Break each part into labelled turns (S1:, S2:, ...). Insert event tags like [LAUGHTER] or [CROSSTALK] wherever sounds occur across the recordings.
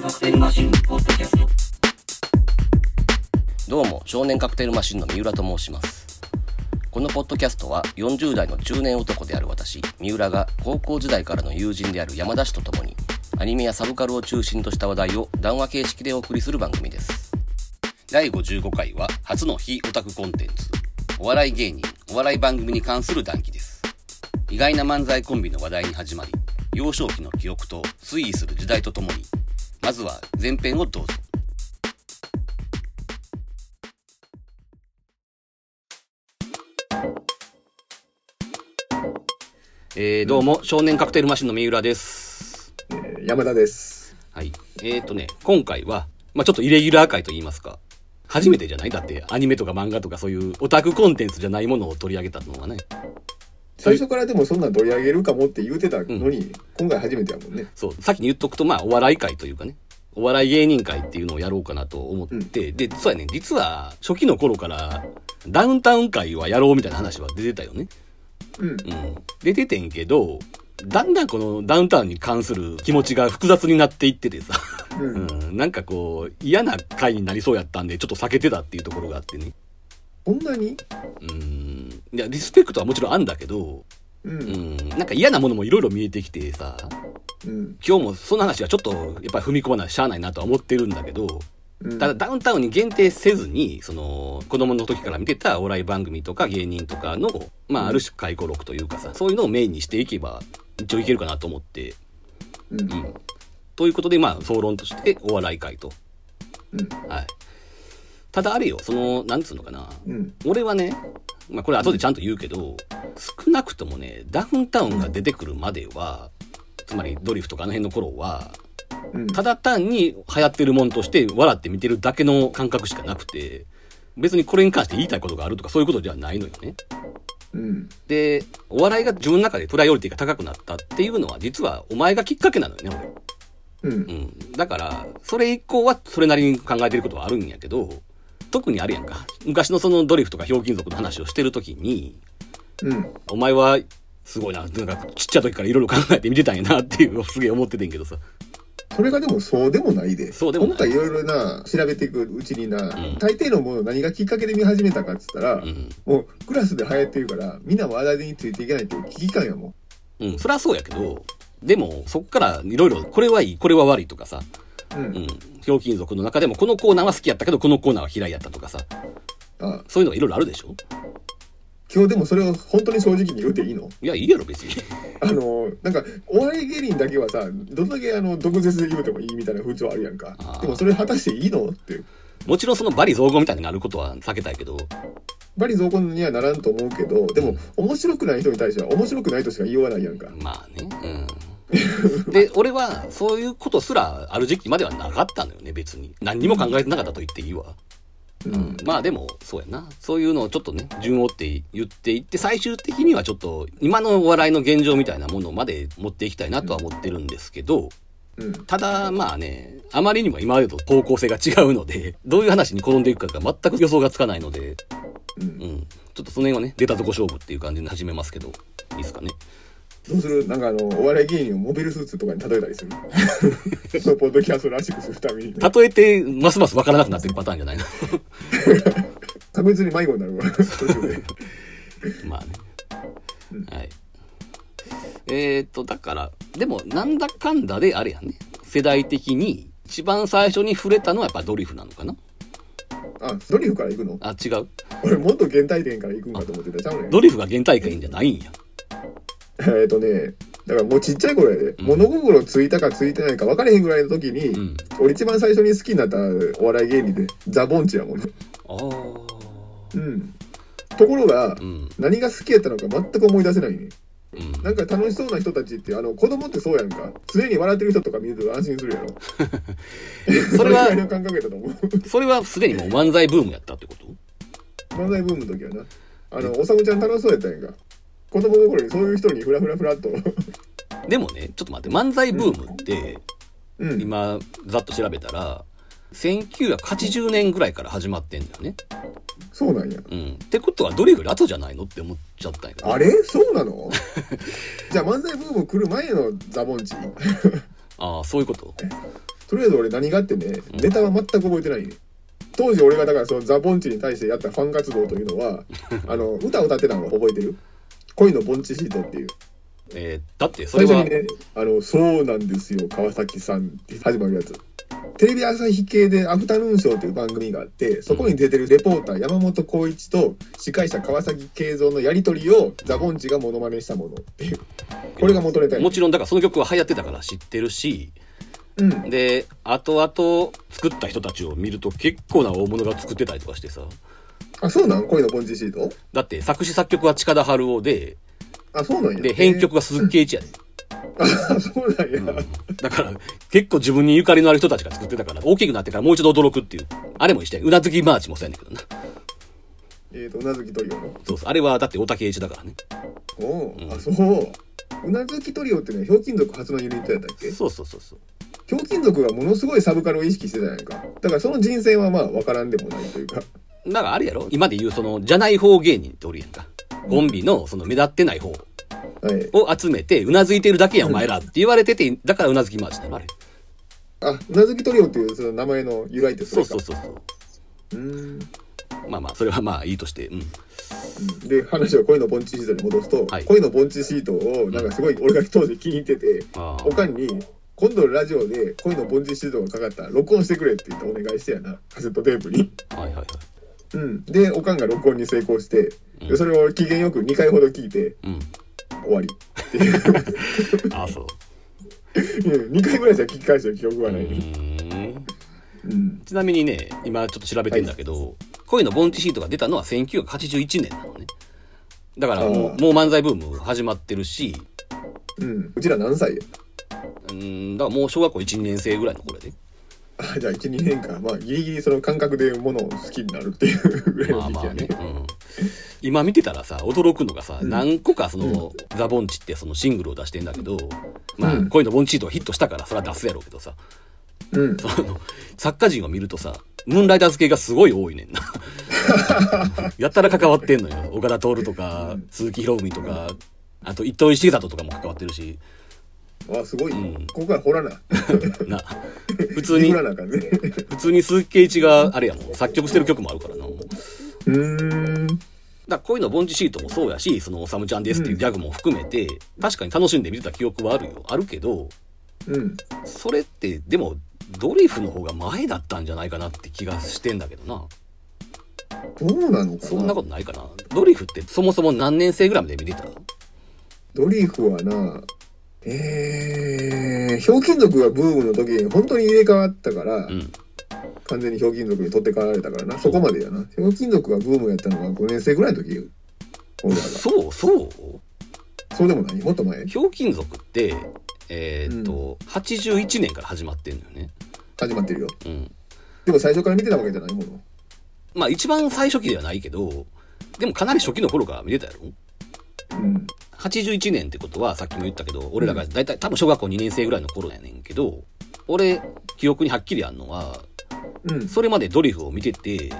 S1: カクテルマシンポッドキャスト
S2: どうも少年カクテルマシンの三浦と申しますこのポッドキャストは40代の中年男である私三浦が高校時代からの友人である山田氏と共にアニメやサブカルを中心とした話題を談話形式でお送りする番組です第55回は初の非オタクコンテンツお笑い芸人お笑い番組に関する談義です意外な漫才コンビの話題に始まり幼少期の記憶と推移する時代とともにまずは前編をどうぞえー、どうも、少年カクテルマシンの三浦です。
S3: 山田です。
S2: はい。えっ、ー、とね、今回は、まあちょっとイレギュラー回と言いますか。初めてじゃないだって、アニメとか漫画とかそういうオタクコンテンツじゃないものを取り上げたのはね。
S3: 最初からでもそんなん取り上げるかもって言うてたのに、今回初めてやもんね。
S2: そう、先に言っとくと、まあお笑い会というかね。お笑い芸人会っていうのをやろうかなと思って、で、そうやね、実は初期の頃から、ダウンタウン会はやろうみたいな話は出てたよね。
S3: うん。
S2: うん、出ててんけど、だんだんこのダウンタウンに関する気持ちが複雑になっていっててさ、
S3: う。
S2: うんん、なんかこう、嫌な回になりそうやったんで、ちょっと避けてたっていうところがあってね。
S3: こんなに
S2: うん、いや、リスペクトはもちろんあんだけど、
S3: う。
S2: うんん、なんか嫌なものもいろいろ見えてきてさ、
S3: うん。
S2: 今日もその話はちょっと、やっぱり踏み込まないしゃあないなとは思ってるんだけど、
S3: うん。
S2: ただダウンタウンに限定せずに、その、子供の時から見てたお笑い番組とか芸人とかの、まあ、ある種回顧録というかさ、そういうのをメインにしていけば、一応いけるかなと思って、
S3: うん。
S2: う
S3: う。
S2: んん。ということで、まあ、総論として、お笑い会と。
S3: うん。
S2: はい。ただあれよ、その、なんつうのかな。
S3: うん。
S2: 俺はね、まあ、これ後でちゃんと言うけど、少なくともね、ダウンタウンが出てくるまでは、つまりドリフとかあの辺の頃は、
S3: うん。
S2: ただ単に流行ってるもんとして笑って見てるだけの感覚しかなくて、別にこれに関して言いたいことがあるとかそういうことではないのよね。
S3: うん。
S2: で、お笑いが自分の中でプライオリティが高くなったっていうのは実はお前がきっかけなのよね、
S3: う
S2: 俺。
S3: ん
S2: うん。だから、それ以降はそれなりに考えてることはあるんやけど、特にあるやんか。昔のそのドリフとかひょうきん族の話をしてるときに、
S3: うん。
S2: お前はすごいな、なんかちっちゃい時からいろいろ考えて見てたんやなっていうのをすげえ思っててんけどさ。
S3: それがでもそうでもないで。
S2: そうでもない
S3: 今回いろいろな、調べていくうちにな、
S2: ん
S3: 大抵のもの何がきっかけで見始めたかっつったら、
S2: うん。
S3: もうクラスで流行ってるから、みんな話題についていけないっていう危機感やもん。
S2: うん、そりゃそうやけど、でも、そっからいろいろ、これはいい、これは悪いとかさ、
S3: うん。
S2: うん、ひょうきん族の中でも、このコーナーは好きやったけど、このコーナーは嫌いやったとかさ、
S3: あ
S2: そういうのがいろいろあるでしょ
S3: 今日でもそれを本当に正直に言うていいの
S2: いや、いいやろ、別に。
S3: あのなんかお笑い芸人だけはさどんだけあの毒舌で言うてもいいみたいな風潮あるやんか
S2: あー
S3: でもそれ果たしていいのって
S2: もちろんそのバリ雑言みたいになることは避けたいけど、
S3: バリ雑言にはならんと思うけどで
S2: う
S3: も
S2: ん
S3: 面白くない人に対しては面白くないとしか言いようがないやんか
S2: まあね、うん。で、
S3: [LAUGHS]
S2: 俺は、そういうことすら、ある時期まではなかったのよね、別に。何にも考えてなかったと言っていいわ。
S3: うん
S2: まあでも、そうやな。そういうのをちょっとね、順を追って言っていって、最終的にはちょっと、今のお笑いの現状みたいなものまで持っていきたいなとは思ってるんですけど、
S3: うん
S2: ただ、まあね、あまりにも今までと方向性が違うので、どういう話に転んでいくかが全く予想がつかないので、
S3: う
S2: うんん。ちょっとその辺はね、出たとこ勝負っていう感じで始めますけど、いいですかね。
S3: どうするなんかあのお笑い芸人をモビルスーツとかに例えたりする
S2: [LAUGHS]
S3: そのポッドキャストらしくするために
S2: 例えて、ますますわからなくなっていくパターンじゃない [LAUGHS] の。
S3: 確実に迷子になるわ [LAUGHS] 途中で
S2: まあね
S3: うん。
S2: はい。えー、っと、だから、でも、なんだかんだであれやね。世代的に、一番最初に触れたのはやっぱドリフなのかな
S3: あドリフから行くの
S2: あ、違う。
S3: 俺もっと原体験から行くんかと思ってたちゃうねん
S2: ドリフが原体験じゃないんや。
S3: えっとね、だからもうちっちゃい頃やで、
S2: うん
S3: 物心ついたかついてないか分かれへんぐらいの時に、
S2: うん。
S3: 俺一番最初に好きになったお笑い芸人で、ザ・ボンチやもんね。
S2: ああ。
S3: うん。ところが、
S2: うん。
S3: 何が好きやったのか全く思い出せないね。
S2: うん。
S3: なんか楽しそうな人たちって、あの、子供ってそうやんか。常に笑ってる人とか見ると安心するやろ。
S2: それは
S3: ぐらいの感覚やったと思う。
S2: それはすでにもう漫才ブームやったってこと
S3: 漫才ブームの時はな。あの、おさむちゃん楽しそうやったやんか。子供心にそういう人にフラフラフラっと。
S2: でもね、ちょっと待って、漫才ブームって、
S3: うん。
S2: 今、ざっと調べたら、1980年ぐらいから始まってんだよね。
S3: そうなんや。
S2: うん。ってことは、ドリフより後じゃないのって思っちゃったんやけど。
S3: あれそうなの [LAUGHS] じゃあ漫才ブーム来る前のザボンチ
S2: ああ、そういうこと。
S3: とりあえず俺何があってね、ネタは全く覚えてないね。当時俺がだからそのザ・ボンチに対してやったファン活動という
S2: [LAUGHS]
S3: のは、あの、歌を歌ってたのが覚えてる恋のボンチシートっていう。
S2: えーだってそ
S3: 最
S2: れ
S3: 初
S2: は
S3: にね、あの、そうなんですよ、川崎さんって始まるやつ。テレビ朝日系でアフタヌーンショーという番組があって、そこに出てるレポーター山本浩一と司会者川崎慶三のやりとりをザ・ボンチがモノマネしたものっていう。これが元ネタやね
S2: もちろんだからその曲は流行ってたから知ってるし
S3: うん。
S2: で後々作った人たちを見ると結構な大物が作ってたりとかしてさ
S3: あ、そうなん恋のボンチシート
S2: だって作詞作曲は近田春夫で
S3: あ、そうなんや。
S2: で編曲が鈴木圭一やで、
S3: [LAUGHS] あ、そうなんや。
S2: だから結構自分にゆかりのある人たちが作ってたから大きくなってからもう一度驚くっていうあれも一緒やうなずきマーチもそうやねんけどな
S3: えっ、と、うなずきトリオの。
S2: そうそうあれはだって太田圭一だからね
S3: おお、
S2: うん
S3: あ、そう。うなずきトリオってね、ひょうきん族初のユニットやったっけ
S2: そうそうそうそう
S3: ひょうきん族がものすごいサブカルを意識してたやんか。だからその人選はまあ分からんでもないというか。 [LAUGHS]
S2: だからあれやろ今で言うそのじゃない方芸人っておるやんかコンビのその目立ってない方
S3: はい。
S2: を集めてうなずいてるだけやんお前らって言われててだからうなずきマーチなのあれ
S3: あ、うなずきトリオっていうその名前の由来ってそ
S2: そう
S3: れか。
S2: そう
S3: う
S2: そうそう
S3: う。ん。
S2: まあまあそれはまあいいとしてうん
S3: うんで、話を恋の盆地シートに戻すと、
S2: はい
S3: 恋の盆地シートをなんかすごい俺が当時気に入ってて、
S2: ああ
S3: おかんに、今度ラジオで恋の盆地シートがかかったら録音してくれって言ってお願いしてやな、カセットテープに。
S2: はいはいはい
S3: うん、で、おかんが録音に成功して、
S2: うん
S3: でそれを機嫌よく2回ほど聞いて、
S2: うん
S3: 終わりっていう。
S2: ああそう
S3: 2回ぐらいしか聞き返した記憶
S2: う
S3: はない。
S2: ーん
S3: うん。
S2: ちなみにね今ちょっと調べてんだけど、恋のボンチシートが出たのは1981年なのねだからも
S3: あ
S2: う
S3: あ
S2: もう漫才ブーム始まってるし
S3: うん。うちら何歳や [LAUGHS]
S2: うんだからもう小学校12年生ぐらいの頃やで
S3: あ、じゃあ1、2年か。まあ、ギリギリその感覚でものを好きになるっていう [LAUGHS] ぐらいの
S2: まあ
S3: 時
S2: ま
S3: 期
S2: あ
S3: や
S2: ね
S3: ね。、
S2: うん、今見てたらさ驚くのがさ、
S3: うん
S2: 何個かその、ザ・ボンチってそのシングルを出してんだけど、まあ
S3: うん
S2: 恋のボンチートがヒットしたからそれは出すやろうけどさ [LAUGHS]
S3: うん。
S2: その作家陣を見るとさムーンライダーズ系がすごい多い
S3: [LAUGHS]
S2: ねんなやったら関わってんのよ岡田徹とか、
S3: うん
S2: 鈴木博文とかあと伊藤重里とかも関わってるし
S3: わあ、すごい。
S2: うん
S3: ここから掘らな。
S2: な普通に
S3: 掘らな
S2: [LAUGHS]
S3: あかんね。う
S2: 普通に鈴木圭一があれやもん作曲してる曲もあるからな
S3: ーん。
S2: だからこういうの、ボンジシートもそうやし、その、おさむちゃんですっていうギャグも含めて、確かに楽しんで見てた記憶はあるよ。あるけど、
S3: うん。
S2: それって、でも、ドリフの方が前だったんじゃないかなって気がしてんだけどな。
S3: どうなのかな
S2: そんなことないかな。ドリフって、そもそも何年生ぐらいまで見てた
S3: ドリフはな、えー、ひょうきん族がブームの時に本当に入れ替わったから、
S2: うん。
S3: 完全にひょうきん族に取って代わられたからな、そこまでやな。ひょうきん族がブームやったのが5年生ぐらいの時よ。俺らが。
S2: そうそう
S3: そうでもないもっと前
S2: ひょうきん族って、えーっと、81年から始まってんのよね。
S3: 始まってるよ。
S2: うん。
S3: でも最初から見てたわけじゃないもの。
S2: まあ、一番最初期ではないけど、でもかなり初期の頃から見てたやろ
S3: うん。
S2: 81年ってことはさっきも言ったけど俺らが大体多分小学校2年生ぐらいの頃やねんけど俺記憶にはっきりあんのは
S3: うん。
S2: それまでドリフを見てて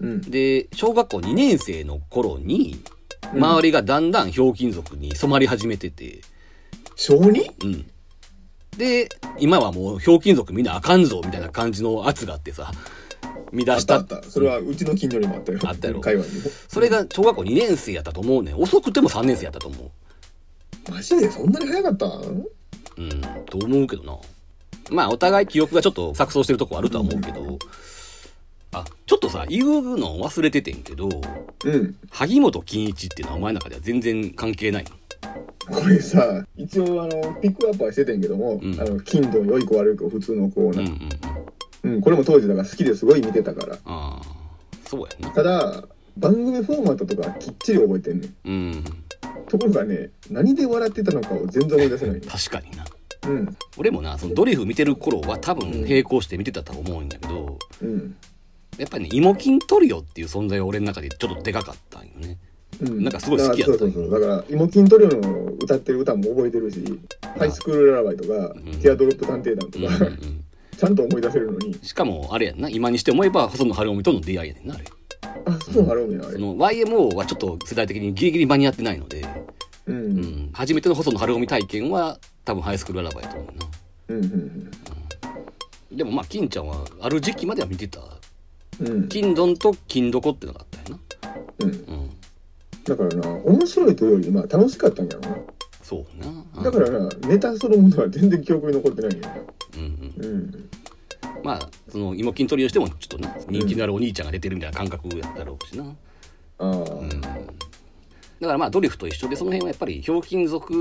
S3: うん。
S2: で小学校2年生の頃に周りがだんだんひょうきん族に染まり始めてて
S3: 小 2?
S2: うんで今はもうひょうきん族みんなあかんぞみたいな感じの圧があってさ見
S3: あ
S2: 出
S3: っ
S2: した
S3: あ
S2: た
S3: った。それはうちの近所にもあったよ。
S2: あったやろ
S3: 会話にも。
S2: それが小学校2年生やったと思うねん遅くても3年生やったと思う
S3: マジでそんなに早かったん
S2: うん、と思うけどな。まあ、お互い記憶がちょっと錯綜してるとこあるとは思うけど、あ、ちょっとさ、言うの忘れててんけど、
S3: うん。
S2: 萩本欽一っていうのはお前の中では全然関係ないの。
S3: これさ、一応あの、ピックアップはしててんけども、
S2: うん
S3: あの、金土良い子悪い子普通の子
S2: うんう
S3: な、
S2: んうん。
S3: うん。これも当時だから好きですごい見てたから。
S2: ああ、そうやな。
S3: ただ、番組フォーマットとかきっちり覚えてんねん。
S2: うん、
S3: ところがね、何で笑ってたのかを全然思い出せない、ね。
S2: 確かにな。
S3: うん。
S2: 俺もな、そのドリフ見てる頃は多分並行して見てたと思うんだけど、
S3: うん。
S2: やっぱりね、イモキントリオっていう存在が俺の中でちょっとでかかったんよね。
S3: うん
S2: なんかすごい好きやった
S3: だからそうそうそうだから、イモキントリオの歌ってる歌も覚えてるし、ハイスクールララバイとか、
S2: ん
S3: ティアドロップ探偵団
S2: う
S3: と
S2: んうん
S3: か、
S2: うん。
S3: ちゃんと思い出せるのに、
S2: しかも、あれやんな、今にして思えば細野晴臣との出会いやねんな、あれ。
S3: あ、そうなろうね、あ
S2: そ
S3: れ。
S2: の YMO はちょっと世代的にギリギリ間に合ってないので、
S3: う。
S2: うんん、初めての細野晴臣体験は多分ハイスクールララバイやと思うな。
S3: うん。うん。
S2: でもまあ金ちゃんはある時期までは見てた
S3: うん。
S2: 金どんと金どこっていうのがあったよ
S3: うん。
S2: なうん
S3: だからな、面白いというより、まあ楽しかったんやろ
S2: そうな
S3: な。だからな、ネタそのものは全然記憶に残ってないんやな。
S2: うんうん
S3: うん。
S2: まあその芋金取りをしてもちょっとな人気のあるお兄ちゃんが出てるみたいな感覚やったろうしな
S3: ああ、
S2: うんだからまあドリフと一緒でその辺はやっぱりひょうきん族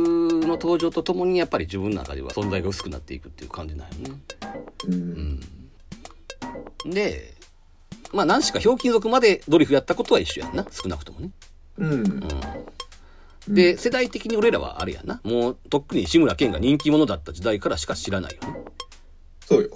S2: の登場とともにやっぱり自分の中では存在が薄くなっていくっていう感じなんよね。
S3: うん。
S2: うん、でまあ何しかひょうきん族までドリフやったことは一緒やんな少なくともね。
S3: うん。
S2: うん、で世代的に俺らはあれやなもうとっくに志村けんが人気者だった時代からしか知らないよね。
S3: そうよ。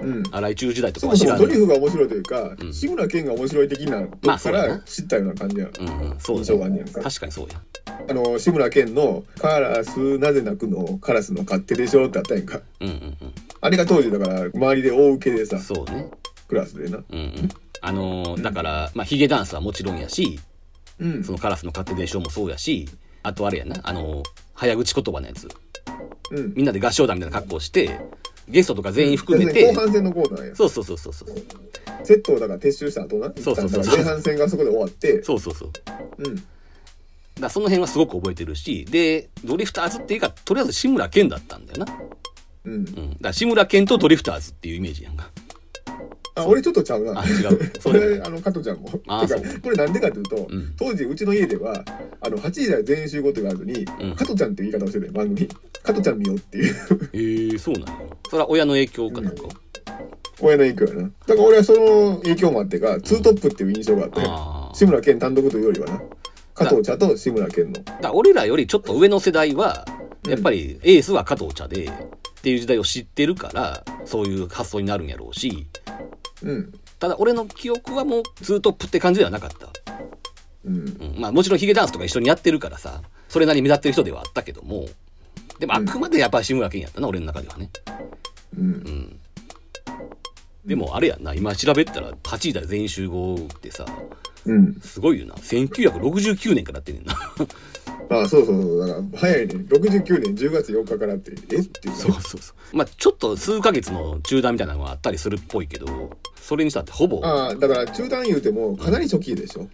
S2: うん、
S3: うん。
S2: 荒井中時代と
S3: そ
S2: かは
S3: もそ
S2: 知
S3: も
S2: ら
S3: ド
S2: な
S3: リ
S2: い。
S3: フが面白いというか、
S2: うん
S3: 志村けんが面白い的な
S2: ま
S3: と
S2: あ
S3: こか
S2: そうやな
S3: ら知ったような感じや、
S2: うんうん、そう
S3: 印
S2: だ
S3: 象
S2: ね
S3: があんねやんか。
S2: 確かにそうや。
S3: あの志村けんの「カラスなぜ泣くのカラスの勝手でしょ」ってあったやんか。
S2: うんうん
S3: あれが当時だから周りで大受けで
S2: う
S3: さ
S2: ん、そうね。
S3: クラスでな。
S2: うんうん、あのーだから、まあ、ヒゲダンスはもちろんやし
S3: うん
S2: そのカラスの勝手でしょもそうやしあとあれやな、あのー早口言葉のやつ
S3: うん
S2: みんなで合唱団みたいな格好をしてゲストとか全員含め
S3: 後
S2: て
S3: 半戦のコーナーや
S2: そうそうそうそうそう
S3: セットをだから撤収した後な
S2: そうそうそう
S3: 一旦だから前半戦がそこで終わって
S2: そうそうそうだか
S3: うん
S2: らその辺はすごく覚えてるしでドリフターズっていうかとりあえず志村けんだったんだよな、
S3: うん
S2: うん、だから志村けんとドリフターズっていうイメージやんか
S3: あ俺ちょっとちゃうな
S2: あ違う
S3: こ
S2: そうだ
S3: れ
S2: ね
S3: あの加トちゃんも
S2: あ
S3: てか
S2: そう
S3: これなんでかというと、
S2: うん
S3: 当時うちの家ではあの8時台全員集合って言わずに、
S2: ん
S3: 加トちゃんっていう言い方をしてたよ番組加トちゃん見ようっていう [LAUGHS]
S2: へえそうなんやそれは親の影響かなんか、
S3: 親の影響やなだから俺はその影響もあってかツートップっていう印象があって
S2: ああ
S3: 志村けん単独というよりはな加藤茶と志村けんの
S2: だから俺らよりちょっと上の世代は
S3: うん
S2: やっぱりエースは加藤茶でっていう時代を知ってるからそういう発想になるんやろうし
S3: うん
S2: ただ俺の記憶はもうツートップって感じではなかった、
S3: うん
S2: うんまあ、もちろんヒゲダンスとか一緒にやってるからさそれなりに目立ってる人ではあったけどもでもあくまでやっぱり志村けんやったな俺の中ではね
S3: うん
S2: うんでもあれやんな今調べたら8時代全員集合ってさ
S3: うん
S2: すごいよな1969年からやってんねんな
S3: あそうそうそうだから早いね69年10月4日からってえっていう
S2: そうそうそう [LAUGHS] まあちょっと数ヶ月の中断みたいなのはあったりするっぽいけどそれにしたってほぼ
S3: ああだから中断言うてもかなり初期でしょ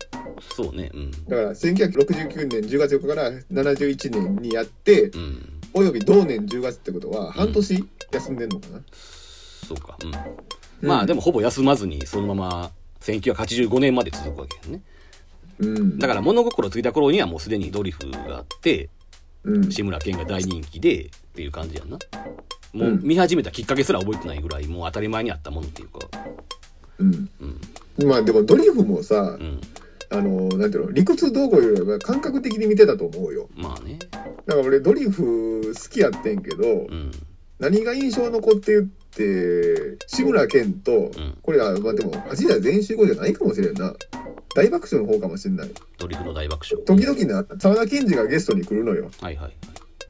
S2: そうねうん
S3: だから1969年10月4日から71年にやって
S2: うん
S3: および同年10月ってことは半年休んでんのかな、
S2: そうかうんまあで
S3: も
S2: もほぼ休まずにそのまま1985年まで続くわけやね
S3: うん
S2: だから物心ついた頃にはもうすでにドリフがあって
S3: うん
S2: 志村けんが大人気でっていう感じやんなもう
S3: うん
S2: 見始めたきっかけすら覚えてないぐらいもう当たり前にあったものっていうか
S3: うん
S2: うん
S3: まあでもドリフもさ
S2: うん
S3: あのなんていうの理屈どうこうよりは感覚的に見てたと思うよ
S2: まあね
S3: だから俺ドリフ好きやってんけど、
S2: うん
S3: 何が印象残ってるって志村けんと、
S2: ん
S3: これはまあでも8時代全員集合じゃないかもしれんな大爆笑の方かもしれない
S2: ドリフの大爆笑
S3: 時々な沢田研二がゲストに来るのよ
S2: はいはい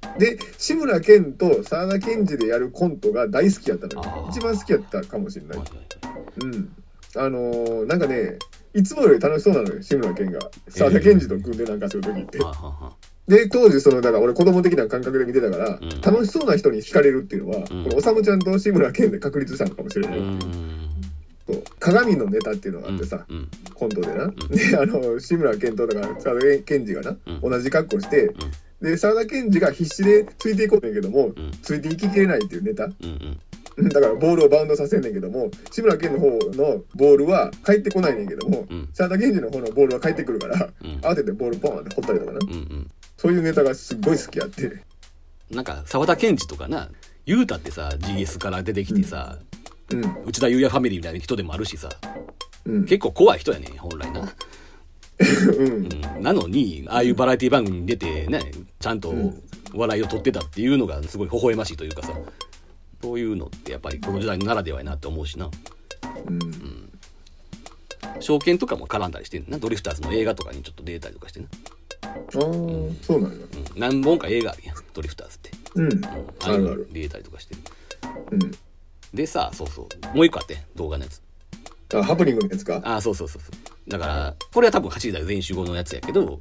S2: はい
S3: で志村けんと沢田研二でやるコントが大好きやったの
S2: あ
S3: よ
S2: ー
S3: 一番好きやったかもしれない
S2: はいはい
S3: うんあのーなんかねいつもより楽しそうなのよ志村けんが沢田研二と組んでなんかする時って、
S2: はいはあはあはあ
S3: で当時そのだから俺子供的な感覚で見てたから、
S2: うん
S3: 楽しそうな人に惹かれるっていうのは、
S2: うん
S3: このおさむちゃんと志村けんで確立したのかもしれない、
S2: う
S3: そう鏡のネタっていうのがあってさ、
S2: うん
S3: コントでな、であの志村けんとだから沢田研二がな、
S2: うん
S3: 同じ格好して、で沢田研二が必死でついていこうねんけども、
S2: ん
S3: ついていききれないっていうネタ
S2: うんうん
S3: うん [LAUGHS] だからボールをバウンドさせんねんけども志村けんの方のボールは返ってこないねんけども、
S2: うん
S3: 沢田研二の方のボールは返ってくるから
S2: うん
S3: 慌ててボールポンって掘ったりとかな、
S2: うんうん
S3: そういうネタがすっごい好きやって。
S2: なんか沢田研二とかな雄太ってさ GS から出てきてさ、
S3: うん
S2: 内田裕也ファミリーみたいな人でもあるしさ
S3: うん
S2: 結構怖い人やねん本来な、
S3: うん
S2: うん、なのにああいうバラエティ番組に出てねちゃんと
S3: ん
S2: 笑いを取ってたっていうのがすごい微笑ましいというかさそういうのってやっぱりこの時代ならではやなって思うしな
S3: うん
S2: 証券とかも絡んだりしてんなドリフターズの映画とかにちょっと出たりとかしてな、
S3: ああそうなんだ
S2: うん、何本か映画あるやんドリフターズって、
S3: うん
S2: うん、
S3: あるある
S2: 出たりとかしてる
S3: うん
S2: でさそうそうもう一個あって動画のやつ
S3: あハプニングのやつか
S2: あそうそうそうそうだからこれは多分8時代全員集合のやつやけど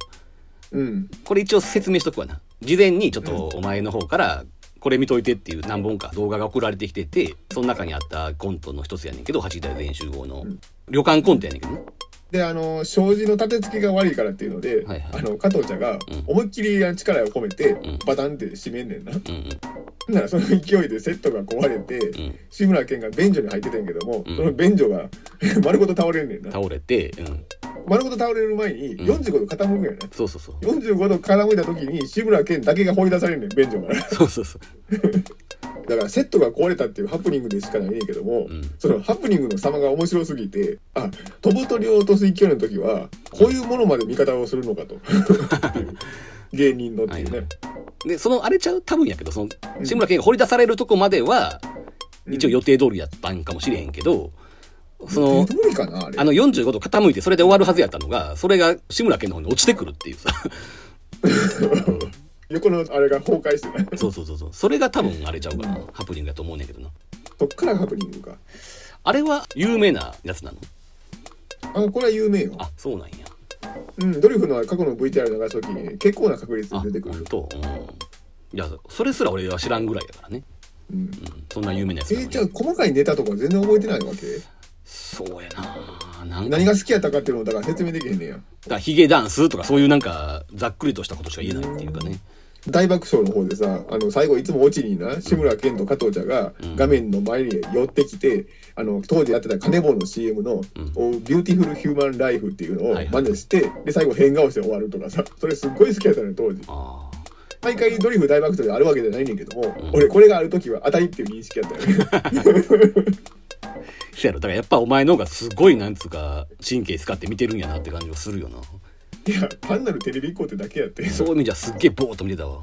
S3: うん
S2: これ一応説明しとくわな事前にちょっとお前の方からこれ見といてっていう何本か動画が送られてきてて、その中にあったコントの一つやねんけど、8代全集合の
S3: うん。
S2: 旅館コントやねんけどね。
S3: であの障子の立て付けが悪いからっていうので、
S2: はいはい
S3: あの加藤茶が
S2: うん
S3: 思いっきり力を込めて
S2: ん
S3: バタンって閉めんねんな、
S2: うんうん
S3: ほんならその勢いでセットが壊れて、
S2: うん。
S3: 志村けんが便所に入ってたんやけども、
S2: うん
S3: その便所が [LAUGHS] 丸ごと倒れんねんな
S2: 倒れて、うん。
S3: 丸ごと倒れる前に
S2: うん
S3: 45度傾くんやね、
S2: そうそうそう。
S3: 45度傾いた時に志村けんだけが放り出されるねん便所から
S2: そう [LAUGHS] そうそう。
S3: だからセットが壊れたっていうハプニングでしかないねんけども、
S2: うん。
S3: そのハプニングの様が面白すぎてあ飛ぶ鳥を落とす勢いの時はこういうものまで味方をするのか
S2: [LAUGHS]
S3: と芸人のっていうね、
S2: で、その、あれちゃう多分やけど、その、志村けんが掘り出されるとこまでは、一応予定通りやったんかもしれへんけど、その
S3: 手、通りかなあれ
S2: あの45度傾いてそれで終わるはずやったのが、それが志村けんの方に落ちてくるっていうさ。
S3: 横のあれが崩壊してね
S2: そうそうそうそう。それが多分あれちゃうかな。ハプニングだと思うねんけどな。
S3: [LAUGHS] そっからハプニングか
S2: あれは有名なやつなの
S3: あこれは有名よ、
S2: あ、そうなんや。
S3: うん、ドリフの過去の VTR 流す時に結構な確率
S2: あ、
S3: で出てく
S2: 本
S3: る、
S2: 当。うん。いや、それすら俺は知らんぐらいやからね。
S3: うん、
S2: うん。そんな有名なやつ
S3: え
S2: なのに
S3: じゃあ細かいネタとか全然覚えてないわけ
S2: そうやななんか、
S3: 何が好きやったかっていうのをだから説明できへんねんや
S2: だからヒゲダンスとかそういうなんか、ざっくりとしたことしか言えないっていうかね。
S3: 大爆笑の方でさあの最後いつもオチにな志村けんと加藤茶が
S2: うん
S3: 画面の前に寄ってきて、あの当時やってたカネボウの CM の
S2: うん
S3: 「おビューティフル・ヒューマン・ライフ」っていうの
S2: はい
S3: を
S2: はい
S3: 真似して、で最後変顔して終わるとかさそれすっごい好きやったのよ当時
S2: ああ。
S3: 毎回ドリフ大爆笑であるわけじゃないねんけども、
S2: うん
S3: 俺これがある時は当たりっていう認識やったよね
S2: そうやろ。だからやっぱお前の方がすごいなんつうか、神経使って見てるんやなって感じがするよな。
S3: いや単なるテレビっ子ってだけやって
S2: そういう意味じゃすっげえぼーっと見てたわ。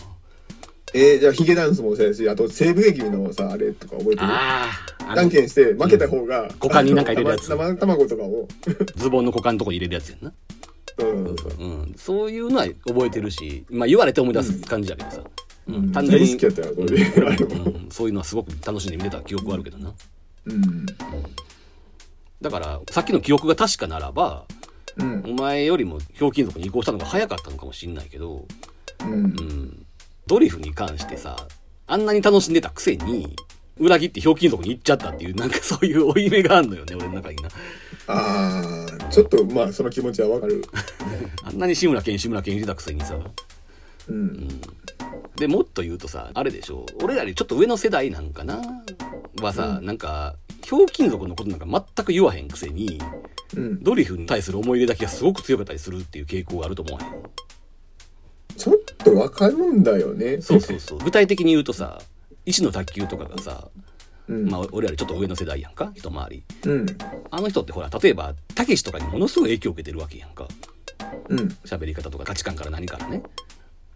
S3: えーじゃあヒゲダンスもそうやしあと西部劇のさあれとか覚えてる
S2: ああ
S3: じゃんけんして負けた方が、
S2: 股間になんか入れるやつ
S3: あの生生卵とかを、
S2: ズボンの股間のとこに入れるやつやんな。
S3: うん、
S2: うん。そういうのは覚えてるし、まあ言われて思い出す感じだけどさ。うん。単純
S3: 大
S2: に
S3: 好き、やったよこれであれも
S2: うん、そういうのはすごく楽しんで見てた記憶はあるけどな。
S3: うん
S2: だから、さっきの記憶が確かならば、
S3: うん
S2: お前よりもひょうきん族に移行したのが早かったのかもしんないけど、
S3: うん
S2: うん、ドリフに関してさあんなに楽しんでたくせに裏切ってひょうきん族に行っちゃったっていうなんかそういう負い目があるのよね俺の中にな
S3: ああちょっとまあその気持ちはわかる
S2: あんなに志村けん志村けん言ってたくせにさ、
S3: う
S2: うんん、でもっと言うとさあれでしょ俺らよりちょっと上の世代なんかなはさ、なんかひょうきん族のことなんか全く言わへんくせに
S3: うん
S2: ドリフに対する思い出だけがすごく強かったりするっていう傾向があると思わへん
S3: ちょっとわかるんだよね
S2: そうそう [LAUGHS] そう具体的に言うとさ一の卓球とかがさ、
S3: うん
S2: まあ、俺らよりちょっと上の世代やんか一回り
S3: うん
S2: あの人ってほら例えばたけしとかにものすごい影響を受けてるわけやんか
S3: うん
S2: 喋り方とか価値観から何からね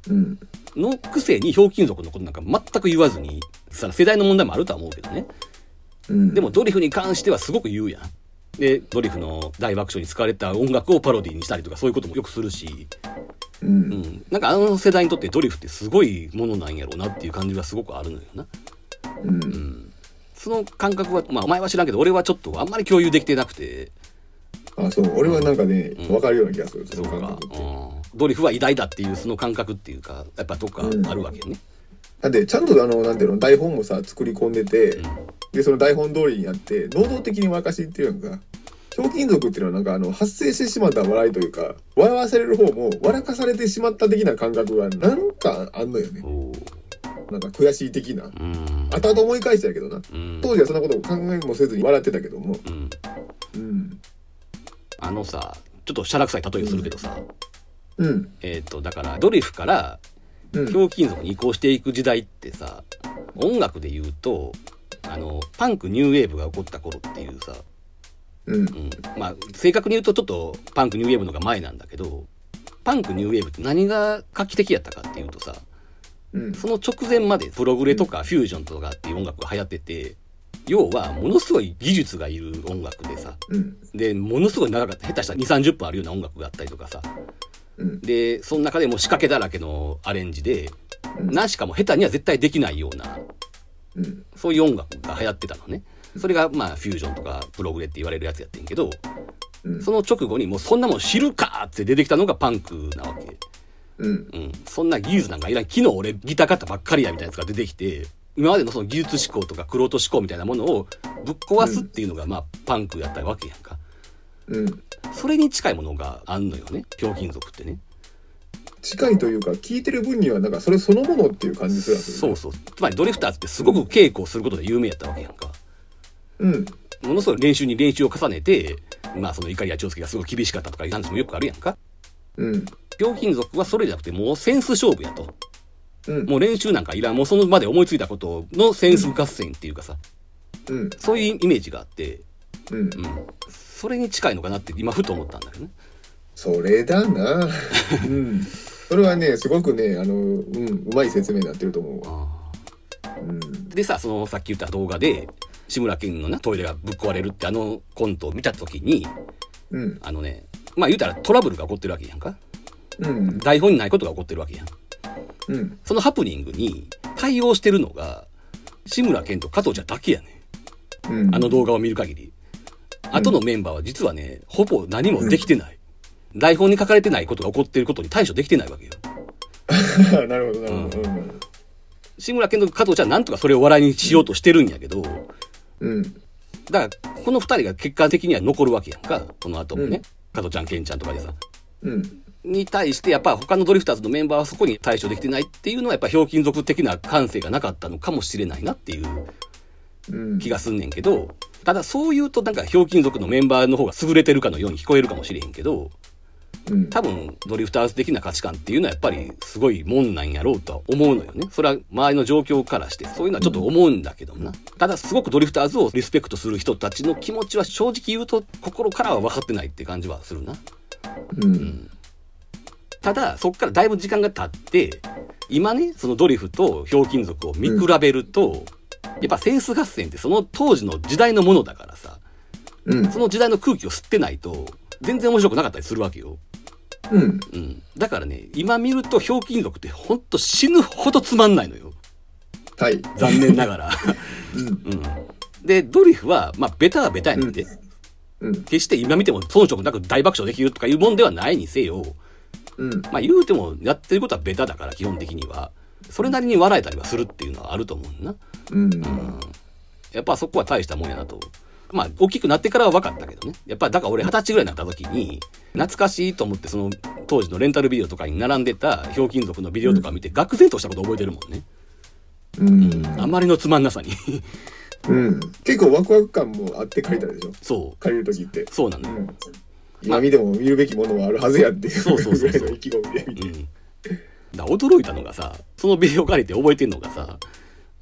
S3: うん
S2: のくせにひょうきん族のことなんか全く言わずにさ世代の問題もあるとは思うけどね
S3: うん
S2: でもドリフに関してはすごく言うやんでドリフの大爆笑に使われた音楽をパロディにしたりとかそういうこともよくするし、
S3: う
S2: うんん、なんかあの世代にとってドリフってすごいものなんやろうなっていう感じがすごくあるのよな
S3: う
S2: うんんその感覚はまあお前は知らんけど俺はちょっとあんまり共有できてなくて
S3: あそう俺はなんかね
S2: うん
S3: わかるような気がするそ
S2: そ
S3: の
S2: う
S3: 感
S2: か
S3: 覚っ、て
S2: うん、ドリフは偉大だっていうその感覚っていうかやっぱどっかあるわけよね、
S3: だってちゃんとあのなんていうの台本もさ作り込んでて
S2: うん
S3: でその台本通りにやって能動的に沸かしっていうのがひょうきん族っていうのはなんかあの発生してしまった笑いというか笑わせれる方も笑かされてしまった的な感覚がなんかあんのよね
S2: おう
S3: なんか悔しい的な
S2: うん
S3: 後々思い返したけどな
S2: うん
S3: 当時はそんなことを考えもせずに笑ってたけども
S2: うん
S3: うん
S2: あのさちょっとしゃらくさい例えをするけどさ、
S3: うん
S2: えっ、とだからドリフから
S3: う
S2: ひ
S3: ん
S2: ょうきん族に移行していく時代ってさ音楽で言うとあのパンクニューウェーブが起こった頃っていうさ、
S3: うん
S2: うん、まあ正確に言うとちょっとパンクニューウェーブのが前なんだけどパンクニューウェーブって何が画期的やったかっていうとさ
S3: うん
S2: その直前までプログレとかフュージョンとかっていう音楽が流行ってて、要はものすごい技術がいる音楽でさ、
S3: うん
S2: で、ものすごい長かった、下手したら2、30分あるような音楽があったりとかさ、
S3: うん
S2: で、その中でもう仕掛けだらけのアレンジで、
S3: うん
S2: なしかも下手には絶対できないような、
S3: うん
S2: そういう音楽が流行ってたのね。それがまあフュージョンとかプログレって言われるやつやってんけど、
S3: うん
S2: その直後にもうそんなもん知るかって出てきたのがパンクなわけ。
S3: うん。
S2: うん、そんな技術なんかいらん昨日俺ギター買ったばっかりやみたいなやつが出てきて今までのその技術思考とかクロート思考みたいなものをぶっ壊すっていうのがまあパンクやったわけやんか
S3: うん。
S2: それに近いものがあんのよね狂金属ってね
S3: 近いというか、聞いてる分には、なんかそれそのものっていう感じするわけ、ね、
S2: そうそうつまりドリフターズってすごく稽古をすることで有名やったわけやんか
S3: うん。
S2: ものすごい練習に練習を重ねてまあその怒りや長介がすごい厳しかったとかいう話もよくあるやんか
S3: うん。
S2: 狂金属はそれじゃなくてもうセンス勝負やと
S3: うん。
S2: もう練習なんかいらんもうその場で思いついたことのセンス合戦っていうかさ
S3: うん。
S2: そういうイメージがあって、
S3: うん。
S2: うん、それに近いのかなって今ふと思ったんだけどね。
S3: それ
S2: [LAUGHS]
S3: だな。うん。それはね、すごくね、あの、うん、うまい説明になってると思うわ。うん。
S2: でさそのさっき言った動画で志村けんのなトイレがぶっ壊れるってあのコントを見た時に
S3: うん。
S2: あのねまあ言うたらトラブルが起こってるわけやんか
S3: うん。
S2: 台本にないことが起こってるわけやん
S3: うん。
S2: そのハプニングに対応してるのが志村けんと加藤ちゃんだけやね
S3: うん。
S2: あの動画を見る限り後のメンバーは実はねほぼ何もできてない台本に書かれてないことが起こってることに対処できてないわけよ
S3: [LAUGHS] なるほど、なるほど。うん。
S2: 志村けんと加藤ちゃんはなんとかそれを笑いにしようとしてるんやけど
S3: うん。
S2: だからこの二人が結果的には残るわけやんかこの後もね、加藤ちゃんケンちゃんとかでさ
S3: うん。
S2: に対してやっぱ他のドリフターズのメンバーはそこに対処できてないっていうのはやっぱひょうきん族的な感性がなかったのかもしれないなっていう
S3: うん。
S2: 気がすんねんけどただそう言うとなんかひょうきん族のメンバーの方が優れてるかのように聞こえるかもしれへんけど
S3: うん。
S2: 多分ドリフターズ的な価値観っていうのはやっぱりすごいもんなんやろうとは思うのよねそれは周りの状況からしてそういうのはちょっと思うんだけどもなただすごくドリフターズをリスペクトする人たちの気持ちは正直言うと心からは分かってないって感じはするな
S3: うん。
S2: ただそっからだいぶ時間が経って今ねそのドリフとひょうきん族を見比べると、やっぱセンス合戦ってその当時の時代のものだからさ
S3: うん。
S2: その時代の空気を吸ってないと全然面白くなかったりするわけよ
S3: うん。
S2: うん、だからね今見るとひょうきん族ってほんと死ぬほどつまんないのよ
S3: はい。
S2: 残念ながら、
S3: うん。
S2: うん、でドリフはまあベタはベタやねんで、
S3: うん。
S2: 決して今見ても遜色なく大爆笑できるとかいうもんではないにせよ
S3: うん。
S2: まあ言うてもやってることはベタだから基本的にはそれなりに笑えたりはするっていうのはあると思うな、
S3: うん。
S2: うん、やっぱそこは大したもんやなとまあ大きくなってからは分かったけどねやっぱだから俺二十歳ぐらいになった時に懐かしいと思ってその当時のレンタルビデオとかに並んでたひょうきん族のビデオとか見て愕然としたこと覚えてるもんね、
S3: うん。
S2: あまりのつまんなさに [LAUGHS]
S3: うん。結構ワクワク感もあって借りたでしょ
S2: そう
S3: 借りる時って。
S2: そうなの
S3: う
S2: よ、
S3: ん。今見ても見るべきものはあるはずやってい
S2: そうそう
S3: う
S2: そ
S3: ぐ
S2: う
S3: らいの意気込みで見
S2: う
S3: て。
S2: ん、だから驚いたのがさそのビデオ借りて覚えてんのがさ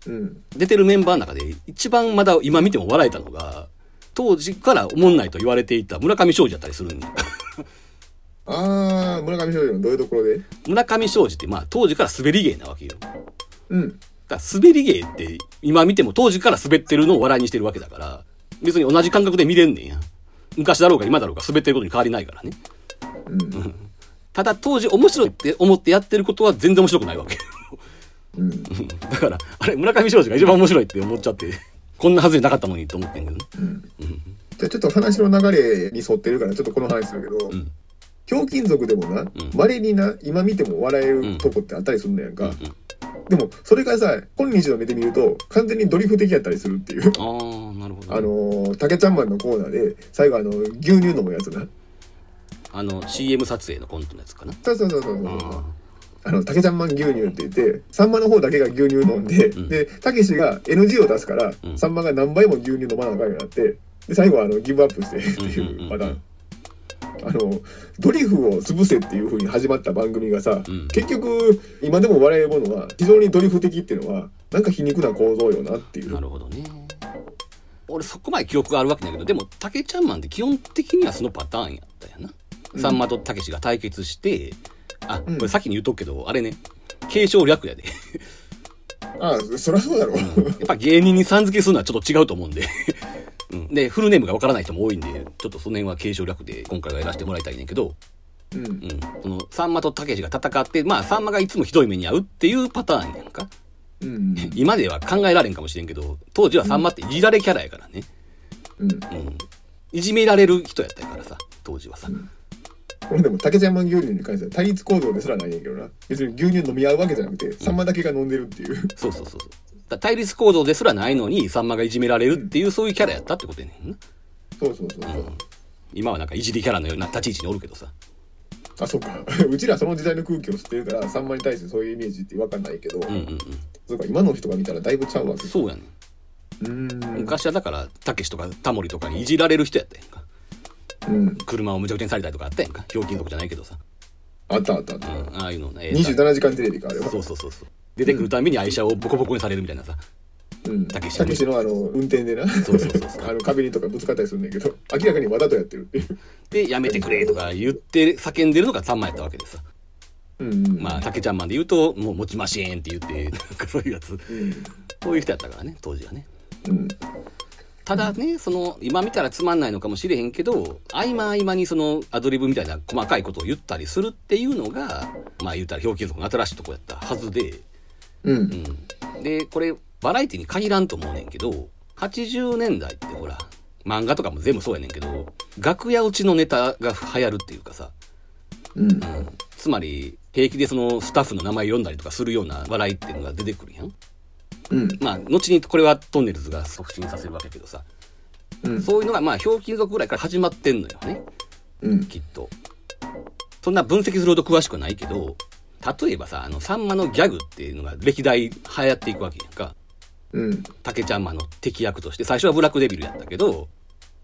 S3: うん。
S2: 出てるメンバーの中で一番まだ今見ても笑えたのが当時からおもんないと言われていた村上庄司だったりするんだ [LAUGHS]
S3: ああ、村上少女のどういうところで
S2: 村上庄司ってまあ当時から滑り芸なわけよ
S3: うん。
S2: だから滑り芸って今見ても当時から滑ってるのを笑いにしてるわけだから別に同じ感覚で見れんねんや昔だろうが今だろうが滑ってることに変わりないからね
S3: うん。
S2: ただ当時面白いって思ってやってることは全然面白くないわけ [LAUGHS]
S3: うん。
S2: だからあれ村上庄司が一番面白いって思っちゃってこんなはずじゃなかったのにと思ってんけどね
S3: うん
S2: うん
S3: じゃあちょっと話の流れに沿ってるから、ちょっとこの話するけど
S2: う、ん
S3: ひょうきん族でもな、稀にな、今見ても笑えるとこってあったりするんだやん
S2: うんう
S3: か。
S2: ん
S3: でも、それがさ、今日の目で見ると、完全にドリフ的やったりするっていう。
S2: ああなるほどね、
S3: あのー、竹ちゃんマンのコーナーで、最後、あの、牛乳飲むやつな。
S2: あの CM 撮影のコントのやつかな。
S3: そうそうそうそう
S2: う
S3: そう。
S2: ん
S3: あの、竹ちゃんマン牛乳って言って、さんまの方だけが牛乳飲んで、
S2: うん
S3: で、たけしが NG を出すから、
S2: うん
S3: さんまが何倍も牛乳飲まなあかんようになって、で、最後は、あの、ギブアップしてって
S2: うんうんうんう
S3: い
S2: ん
S3: うパターン。あの、ドリフを潰せっていう風に始まった番組がさ、
S2: うん
S3: 結局、今でも笑えるものは、非常にドリフ的っていうのは、なんか皮肉な構造よなっていう。
S2: なるほどね。俺そこまで記憶があるわけだけどでも「たけちゃんマン」って基本的にはそのパターンやったよな。
S3: うん
S2: さんまとたけしが対決してあ
S3: うん
S2: これ先に言うとくけどあれね継承略やで [LAUGHS]
S3: ああ、そりゃそうだろう。
S2: やっぱ芸人にさん付けするのはちょっと違うと思うんで [LAUGHS] うんでフルネームがわからない人も多いんでちょっとその辺は継承略で今回はやらせてもらいたいねんけど、
S3: うん
S2: う。ん、そのさんまとたけしが戦ってまあさんまがいつもひどい目に遭うっていうパターンやんか。
S3: [LAUGHS] うん。
S2: 今では考えられんかもしれんけど当時はさんまっていじられキャラやからね、
S3: うん。
S2: うん、いじめられる人やったからさ当時はさ、
S3: うんこれでも竹山牛乳に関しては対立構造ですらないんやけどな別に牛乳飲み合うわけじゃなくてサンマだけが飲んでるっていう
S2: そうそうそうそう。だから対立構造ですらないのに、サンマがいじめられるっていう、そういうキャラやったってことやねんな。
S3: そうそうそうそう、
S2: うん今はなんかいじりキャラのような立ち位置におるけどさ。
S3: あそうか [LAUGHS] うちらその時代の空気を吸ってるからサンマに対してそういうイメージって分かんないけど、
S2: うんうん
S3: そうか今の人が見たらだいぶちゃうわ
S2: う
S3: け
S2: ん。そうやねん。
S3: うーん
S2: 昔はだから、たけしとかタモリとかにいじられる人やったやんか。
S3: うん
S2: 車を無茶苦茶にされたりとかあったやんか。ひょうきん族じゃないけどさ。
S3: あったあったあった、
S2: うん、ああいうのね。
S3: 27時間テレビかあれは
S2: そうそうそうそう。出てくるたびに愛車をボコボコにされるみたいなさ。
S3: うん
S2: た
S3: た
S2: け
S3: け
S2: し
S3: しのあの運転でな
S2: そうそうそうそう
S3: あの壁にとかぶつかったりするんだけど明らかにわざとやってるっていう
S2: で、やめてくれとか言って叫んでるのがサンマやったわけでさ。
S3: うんうん
S2: まあ、竹ちゃんマンで言うと、もう持ちましーんって言って、 [LAUGHS] なんかそういうやつ。
S3: うん
S2: そういう人やったからね、当時はね。
S3: うん
S2: ただね、その、今見たらつまんないのかもしれへんけど、合間合間にそのアドリブみたいな細かいことを言ったりするっていうのが、まあ言うたら表現族の新しいとこやったはずで、
S3: う
S2: うんん。で、これ、バラエティに限らんと思うねんけど、80年代ってほら、漫画とかも全部そうやねんけど、楽屋落ちのネタが流行るっていうかさ、
S3: うん
S2: つまり、平気でそのスタッフの名前読んだりとかするような笑いっていうのが出てくるやん。
S3: うん
S2: まあ、後にこれはトンネルズが促進させるわけやけどさ、
S3: うん
S2: そういうのがまあ、ひょうきん族ぐらいから始まってんのよね、
S3: うん
S2: きっと。そんな分析するほど詳しくはないけど、例えばさ、あの、さんまのギャグっていうのが歴代流行っていくわけやんか。
S3: うん
S2: 竹ちゃんまの敵役として、最初はブラックデビルやったけど、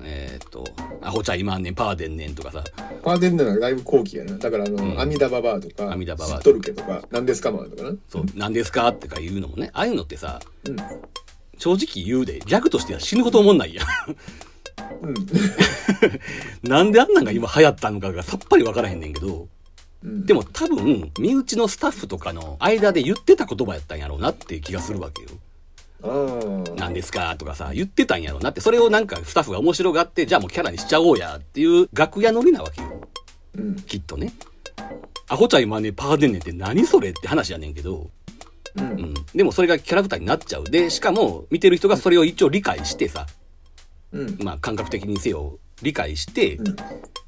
S2: えーっと、アホちゃん今んねん、パーデンねんとかさ、
S3: パーデンダーがだいぶ後期やなだからあの、
S2: ん
S3: 阿弥陀ババアとか
S2: 阿弥陀ババア
S3: 知っとるけとか何ですかマンとかな
S2: そう、なんですかってか言うのもね、ああいうのってさ、
S3: うん
S2: 正直言うで、ギャグとしては死ぬこと思んないやん。
S3: うん
S2: なん [LAUGHS] であんなんが今流行ったのかがさっぱりわからへんねんけど、
S3: うん
S2: でも多分、身内のスタッフとかの間で言ってた言葉やったんやろうなっていう気がするわけよ。
S3: ああ
S2: なんですかとかさ、言ってたんやろうなって、それをなんかスタッフが面白がって、じゃあもうキャラにしちゃおうやっていう楽屋乗りなわけよ。
S3: うん
S2: きっとね。アホちゃん今ね、パーデンネンって何それって話やねんけど、う
S3: う
S2: んん。でもそれがキャラクターになっちゃう。で、しかも見てる人がそれを一応理解してさ、
S3: うん
S2: まあ感覚的にせよ理解して
S3: うん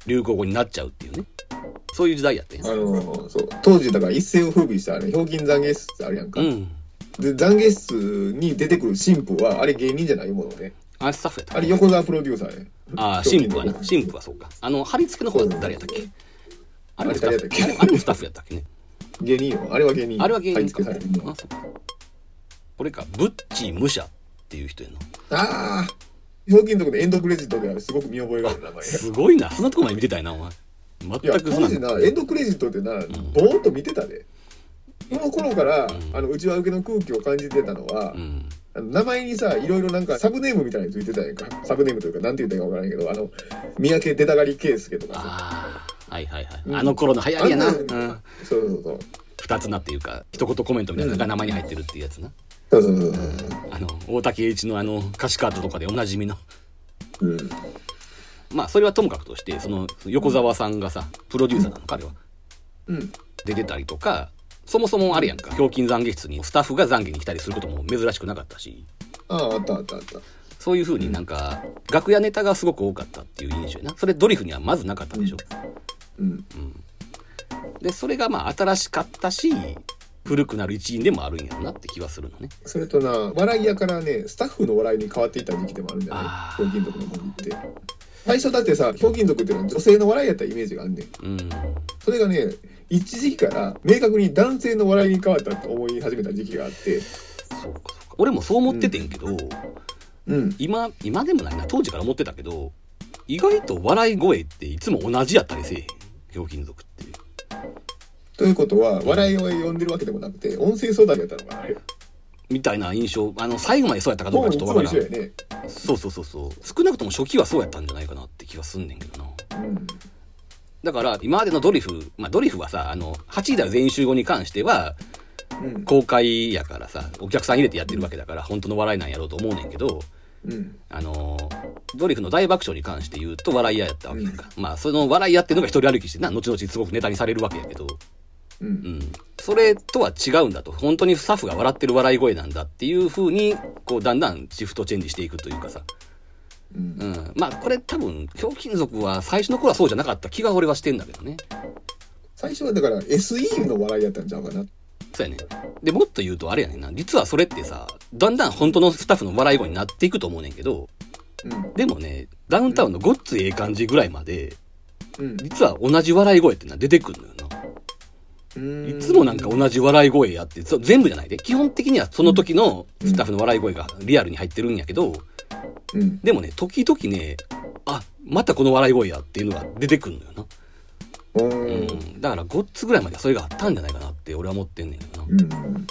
S2: 流行語になっちゃうっていうね。そういう時代やったんや
S3: あ。のそう当時だから一世を風靡したあれ表金懺悔室ってあるやんか、
S2: うん。
S3: で懺悔室に出てくる神父はあれ芸人じゃないものね
S2: あれスタッフやった
S3: あれ横澤プロデューサーね
S2: ああ、神父はな。神父はそうか。あの、貼り付けの方は誰やったっけあれもスタッフ
S3: あれ誰やったっけ
S2: あれもスタッフやったっけね。
S3: 芸人よあれは芸人
S2: あれは芸人
S3: か
S2: か。あ、そうか。これか、ブッチー武者っていう人やな。
S3: ああ表金のとこでエンドクレジットであれすごく見覚えがある名
S2: [LAUGHS]
S3: 前
S2: すごいな。そんなとこまで見てたいな、お前。
S3: いや
S2: 全くそんな
S3: 当時な
S2: の。
S3: エンドクレジットってな、ぼーっと見てたでその頃から、
S2: ん
S3: あのうちは受けの空気を感じてたのは、
S2: うん。
S3: あの名前にさいろいろなんかサブネームみたいなのついてたやんかサブネームというかなんて言ったらいいかわからんけどあの三宅出たがり圭介とかさ
S2: ああ、はいはいはい。
S3: うん
S2: あの頃の流行りやな。
S3: あ
S2: うん。
S3: なんそうそうそう
S2: 二つなっていうか、一言コメントみたいなのが名前に入ってるっていうやつな。
S3: そうそうそうそう
S2: あの、大竹栄一のあの、歌詞カードとかでおなじみの。
S3: そううん
S2: まあ、それはともかくとして、その、横澤さんがさ、プロデューサーなのか、あれは。
S3: うん
S2: 出てたりとか、そもそもあれやんか、ひょうきん懺悔室にスタッフが懺悔に来たりすることも珍しくなかったし、
S3: あああったあったあった
S2: そういう風になんか、楽屋ネタがすごく多かったっていう印象やな。それドリフにはまずなかったでしょ。
S3: うん
S2: で、それがまあ、新しかったし、古くなる一因でもあるんやろなって気はするのね。
S3: それとな笑い屋からねスタッフの笑いに変わっていった時期でもあるんじゃ
S2: あー
S3: ない表金属のコンビって最初だってさ表金属っていうのは女性の笑いやったイメージがあんねん
S2: うん。
S3: それがね一時期から明確に男性の笑いに変わったと思い始めた時期があって
S2: そうかそうか。俺もそう思っててんけど、
S3: うん
S2: 今、今でもないな、当時から思ってたけど、意外と笑い声っていつも同じやったりせえへん。ひょうきん族って。
S3: ということは笑いを呼んでるわけでもなくて音声相談やったのかなあれ
S2: みたいな印象。あの、最後までそうやったかどう
S3: も
S2: か
S3: うい
S2: ちょっ
S3: つ
S2: と
S3: も
S2: わか
S3: 一
S2: ら
S3: 緒
S2: ん
S3: や。ね
S2: そうそうそうそう。少なくとも初期はそうやったんじゃないかなって気がすんねんけどな。
S3: うん
S2: だから、今までのドリフ、まあドリフはさ、あの、8時台全員集合に関しては、
S3: うん
S2: 公開やからさ、お客さん入れてやってるわけだから、本当の笑いなんやろうと思うねんけど、
S3: うん
S2: あのードリフの大爆笑に関して言うと笑い屋やったわけやんか。まあ、その笑い屋っていうのが一人歩きしてな、後々すごくネタにされるわけやけど、
S3: う
S2: うんん。それとは違うんだと。本当にスタッフが笑ってる笑い声なんだっていう風に、こう、だんだんシフトチェンジしていくというかさ。
S3: うん
S2: う。ん、まあこれ多分「狂金属」は最初の頃はそうじゃなかった気が俺はしてんだけどね
S3: 最初はだから SE の笑いやったんちゃうかな。
S2: そうやねでもっと言うとあれやねんな実はそれってさだんだん本当のスタッフの笑い声になっていくと思うねんけど
S3: うん。
S2: でもねダウンタウンのごっつええ感じぐらいまで
S3: うん
S2: 実は同じ笑い声ってのは出てくるのよな
S3: う
S2: い
S3: ん。
S2: つもなんか同じ笑い声やって、そう全部じゃないで、基本的にはその時のスタッフの笑い声がリアルに入ってるんやけど、
S3: うん。
S2: でもね、時々ね、あ、またこの笑い声やっていうのが出てくるのよな。
S3: う。
S2: うんん。だから、ごっつぐらいまではそれがあったんじゃないかなって俺は思ってんねんけどな。
S3: うん。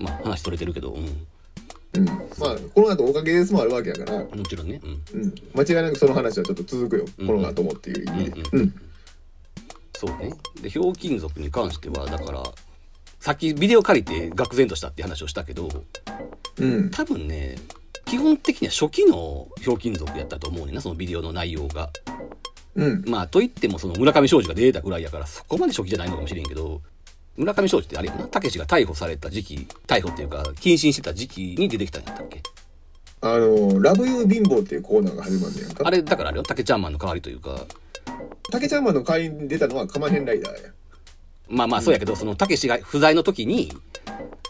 S2: まあ、話取れてるけど、うん。
S3: うん。まあ、この後おかげですもあるわけやから、
S2: もちろんね。うん。
S3: うん。間違いなくその話はちょっと続くよ。
S2: うん
S3: この後もっていう意味で。
S2: うん
S3: うん。
S2: そうね。で、ひょうきん族に関しては、だから、さっきビデオ借りて愕然としたって話をしたけど、
S3: うん。
S2: 多分ね基本的には初期のひょうきん族やったと思うねんなそのビデオの内容が
S3: うん。
S2: まあといってもその村上庄司が出たぐらいやからそこまで初期じゃないのかもしれんけど村上庄司ってあれやなたけしが逮捕された時期逮捕っていうか謹慎してた時期に出てきたんやったっけ
S3: あの、ラブユー貧乏っていうコーナーが始まるんねやんか。
S2: あれだからあれよたけちゃんマンの代わりというか
S3: 竹ちゃんマンの代わりに出たのはカマヘンライダーや。
S2: まあまあそうやけどそのたけしが不在の時に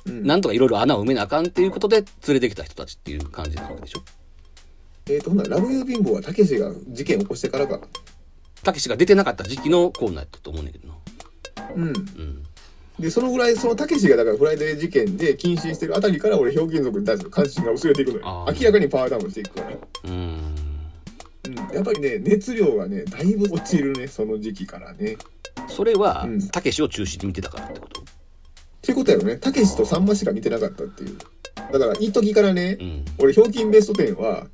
S3: うん
S2: なんとかいろいろ穴を埋めなあかんっていうことで連れてきた人たちっていう感じなわけでしょ
S3: えっ、と、ほんならラブユー貧乏はたけしが事件起こしてからか。
S2: たけしが出てなかった時期のコーナーやったと思うねんだけどな
S3: うん。
S2: うん
S3: で、そのぐらい、そのたけしがだからフライデー事件で謹慎してるあたりから俺、ひょうきん族に対する関心が薄れていくのよ
S2: あ。ー
S3: 明らかにパワーダウンしていくから。
S2: うーん
S3: うん。やっぱりね、熱量がね、だいぶ落ちるね、その時期からね。っ
S2: それは
S3: うん
S2: たけしを中心に見てたからってこと
S3: ていうことやろね、たけしとさんましか見てなかったっていう。だから、一時からね
S2: う、ん
S3: 俺、ひょうきんベスト10は、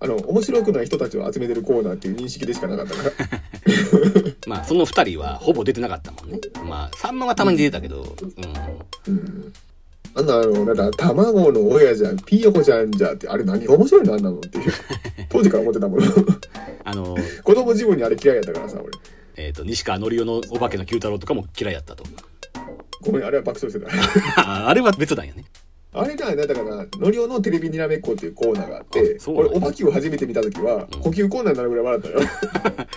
S3: あの、面白くない人たちを集めてるコーナーっていう認識でしかなかったから。
S2: まあその二人はほぼ出てなかったもんねまあさんまはたまに出てたけどう
S3: うんあんなあの、なんだ、卵の親じゃん、ピーヨコちゃんじゃって、あれ何が面白いのあんなの
S2: [LAUGHS]
S3: っていう。当時から思ってたもん。子
S2: んあの
S3: 供自分にあれ嫌いやったからさ、俺。
S2: えっと西川のりおのお化けの九太郎とかも嫌いやったと
S3: ごめん、あれは爆笑して
S2: [LAUGHS] あれは別なんやね
S3: た。あれな、なんだかな、のりおのテレビにらめっこっていうコーナーがあって
S2: あ、そうなん
S3: 俺、
S2: だ
S3: おばきを初めて見た時は
S2: うん、
S3: 呼吸困難になるぐらい笑ったよ。 [LAUGHS]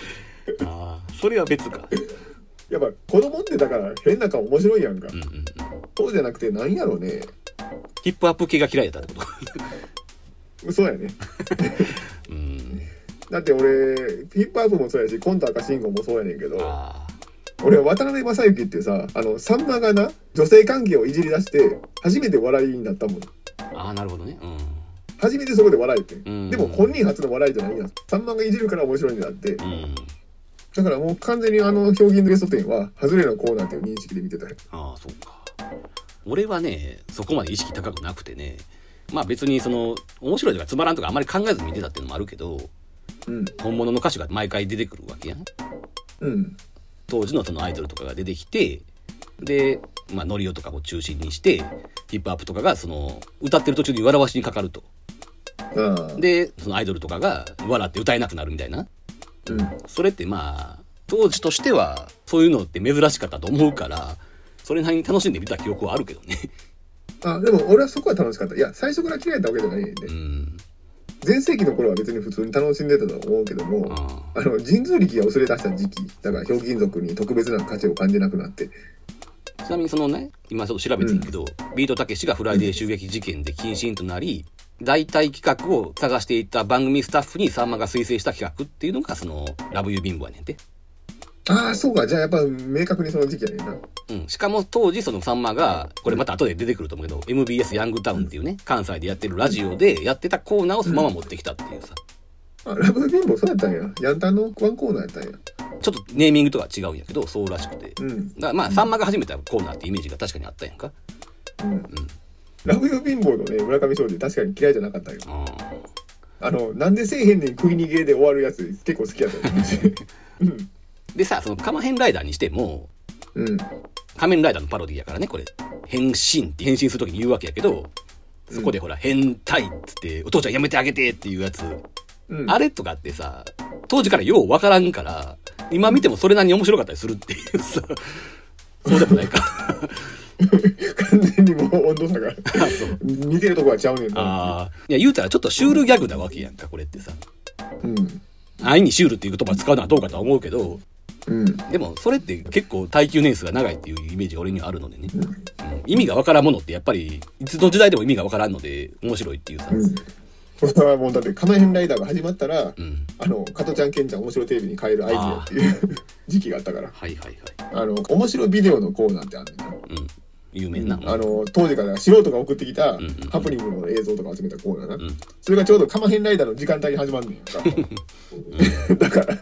S2: ああそれは別か
S3: やっぱ、子供ってだから変な顔面白いやんか
S2: う。んうんうん
S3: そうじゃなくて、なんやろね。
S2: ヒップアップ系が嫌いやったってこと
S3: そうやね。
S2: うん
S3: だって俺、ピップアップもそうやし、コント赤信号もそうやねんけど、
S2: あ
S3: 俺は渡辺正行っていうさあのさんまがな女性関係をいじり出して初めて笑いになったもん
S2: ーあーなるほどねう
S3: 初めてそこで笑えて
S2: んうん
S3: でも本人初の笑いじゃないやんさんまがいじるから面白いんだって
S2: うん
S3: だからもう完全にあの表現のゲスト展は外れのコーナーっていう認識で見てたよ
S2: ああそうか俺はねそこまで意識高くなくてねまあ別にその面白いとかつまらんとかあんまり考えず見てたっていうのもあるけど
S3: うん
S2: 本物の歌手が毎回出てくるわけやん
S3: うん
S2: 当時のそのアイドルとかが出てきてで、まあ、ノリオとかを中心にしてヒップアップとかがその歌ってる途中に笑わしにかかると
S3: ああ
S2: でそのアイドルとかが笑って歌えなくなるみたいな
S3: うん
S2: それってまあ当時としてはそういうのって珍しかったと思うからそれなりに楽しんで見た記憶はあるけどね [LAUGHS]
S3: あでも俺はそこは楽しかったいや最初から嫌いだったわけじゃないんで
S2: うん
S3: 全盛期の頃は別に普通に楽しんでたとは思うけども
S2: あ
S3: あの神通力が薄れ出した時期だからひょうきん族に特別な価値を感じなくなって
S2: あちなみにそのね今ちょっと調べてるけど、ビートたけしがフライデー襲撃事件で謹慎となり代替企画を探していた番組スタッフにさんまが推薦した企画っていうのがその「ラブユービンボ」やねんて、
S3: ああそうかじゃあやっぱ明確にその時期やねんな
S2: うん、しかも当時そのさんまがこれまた後で出てくると思うけど MBS ヤングタウンっていうね関西でやってるラジオでやってたコーナーをそのまま持ってきたっていうさ
S3: あラブ貧乏そうやったんや。ヤンタンのワンコーナーやったんや。
S2: ちょっとネーミングとは違うんやけどそうらしくて。
S3: う
S2: だ
S3: ん。
S2: からまあ、さんまが始めたコーナーってイメージが確かにあったやんか。
S3: うん
S2: うん。
S3: ラブ貧乏のね、村上庄司確かに嫌いじゃなかったよ。
S2: あ
S3: あの、なんでせえへんねん食い逃げで終わるやつ結構好きや [LAUGHS] ったよ。うん。
S2: ーでさ、そのカマヘンライダーにしても、
S3: うん。
S2: 仮面ライダーのパロディやからねこれ変身って変身する時に言うわけやけどそこでほら「変態」っつって「お父ちゃんやめてあげて」っていうやつ、
S3: うん。
S2: あれとかってさ当時からようわからんから今見てもそれなりに面白かったりするっていうさそうでもないか
S3: 完全にもう、温度差が似てるとこはちゃうねんな
S2: ああ。いや、言うたらちょっとシュールギャグなわけやんか、これってさ。
S3: うん
S2: 安易にシュールっていう言葉使うのはどうかとは思うけど、
S3: うん
S2: でもそれって結構耐久年数が長いっていうイメージが俺にはあるのでね、うん意味がわからんものってやっぱりいつの時代でも意味がわからんので面白いっていうさ、
S3: うんこれはもうだって「仮面ライダー」が始まったら
S2: うん
S3: あの加トちゃんケンちゃん面白テレビに変えるアイデアっていう [LAUGHS] 時期があったから
S2: はいはいはい、
S3: あの面白ビデオのコーナーってあるんだよ
S2: うん、有名な、
S3: あの当時から素人が送ってきた
S2: んうん
S3: ハプニングの映像とか集めたコーナーな、
S2: ん
S3: それがちょうど「カマヘンライダー」の時間帯に始まる
S2: [LAUGHS]
S3: んやんか [LAUGHS] だから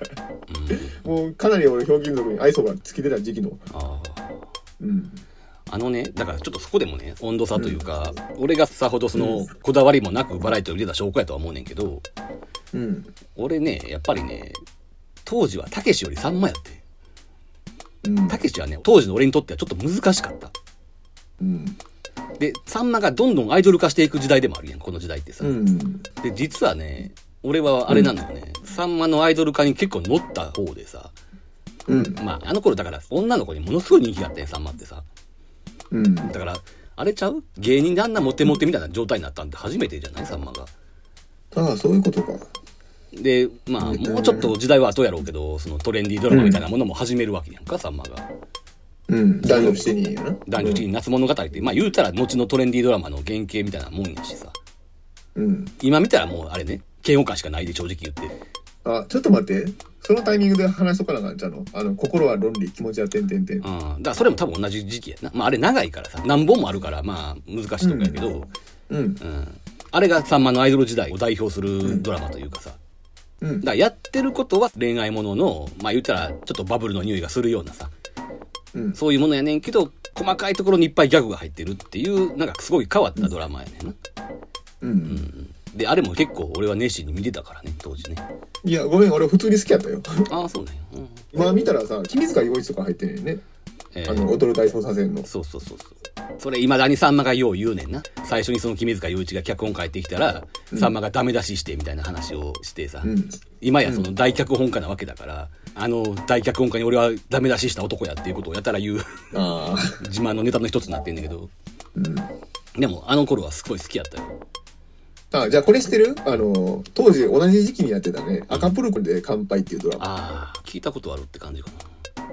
S2: うん
S3: もうかなり俺ひょうきん族に愛想が尽きてた時期の、
S2: あ
S3: うん、
S2: ーあのねだからちょっとそこでもね温度差というか、俺がさほどそのこだわりもなくバラエティを入れた証拠やとは思うねんけど
S3: うん
S2: 俺ねやっぱりね当時はたけしよりさんまやって
S3: うん
S2: たけしはね当時の俺にとってはちょっと難しかった
S3: うん
S2: でさんまがどんどんアイドル化していく時代でもあるやんこの時代ってさ、
S3: うん
S2: で実はね俺はあれなのよね、さんまのアイドル化に結構乗った方でさ
S3: うん
S2: まああの頃だから女の子にものすごい人気があったやんさんまってさ
S3: うん
S2: だからあれちゃう芸人であんなモテモテみたいな状態になったんって初めてじゃないさんまが
S3: ああそういうことか
S2: でまあもうちょっと時代は後やろうけどそのトレンディードラマみたいなものも始めるわけやんか、さんまが
S3: うん男女7人やな
S2: 男女一人夏物語ってまあ言うたら後のトレンディードラマの原型みたいなもんやしさ
S3: うん
S2: 今見たらもうあれね嫌悪感しかないで正直言って
S3: あちょっと待ってそのタイミングで話しとかなあかんちゃうのあの心は論理気持ちは点点点
S2: うん、だからそれも多分同じ時期やな、まあ、あれ長いからさ何本もあるからまあ難しいとこやけど、
S3: う
S2: う
S3: ん
S2: んあれがさんまのアイドル時代を代表するドラマというかさ、
S3: うん
S2: だからやってることは恋愛もののまあ言ったらちょっとバブルの匂いがするようなさ
S3: うん
S2: そういうものやねんけど細かいところにいっぱいギャグが入ってるっていうなんかすごい変わったドラマやねんな、
S3: うん
S2: であれも結構俺は熱心に見てたからね当時ね
S3: いやごめん俺普通に好きやったよ
S2: ああそうなんや、うん
S3: まあ見たらさ君塚洋一とか入ってんねんね
S2: えー
S3: あの踊る大捜査線の
S2: そうそうそうそうそれいまだにさんまがよう言うねんな最初にその君塚洋一が脚本書いてきたら、さんまがダメ出ししてみたいな話をしてさ、
S3: うん
S2: 今やその大脚本家なわけだから、あの大脚本家に俺はダメ出しした男やっていうことをやたら
S3: [LAUGHS]
S2: 言う
S3: ああ
S2: 自慢のネタの一つになってんだけど
S3: うん
S2: でもあの頃はすごい好きやったよ
S3: あじゃあこれ知ってるあの当時同じ時期にやってたね「赤プルコで乾杯」っていうドラマ
S2: ああ聞いたことあるって感じか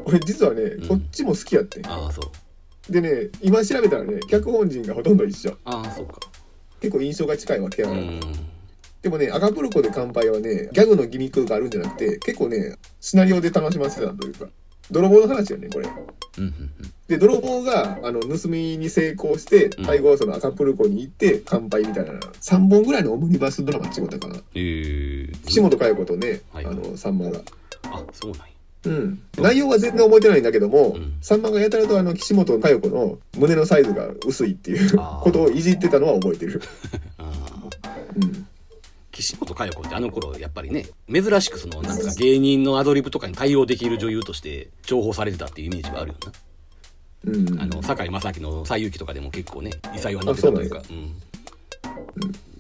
S3: 俺実はね、
S2: ん
S3: こっちも好きやってん
S2: なああそう
S3: でね今調べたらね脚本陣がほとんど一緒
S2: ああそうか
S3: 結構印象が近いわけや
S2: う
S3: から、
S2: ん
S3: でもね赤プルコで乾杯はねギャグのギミックがあるんじゃなくて結構ねシナリオで楽しませてたというか泥棒の話よねこれ
S2: うんうん
S3: で泥棒があの盗みに成功して
S2: ん
S3: 最後はその赤プルコに行って乾杯みたいな3本ぐらいのオムニバスドラマってことかな
S2: ええ
S3: 岸本佳代子とね、
S2: はい
S3: あのさんまが
S2: あそうなんや
S3: うん、内容は全然覚えてないんだけども、
S2: うん
S3: さんまがやたらとあの岸本佳代子の胸のサイズが薄いっていう
S2: あー
S3: ことをいじってたのは覚えてる、
S2: ああ
S3: うん、
S2: 岸本佳代子ってあの頃やっぱりね珍しくそのなんか芸人のアドリブとかに対応できる女優として重宝されてたっていうイメージはあるよ
S3: うん
S2: な、あの堺正章の「西遊記」とかでも結構ね異彩を放ってたというかうん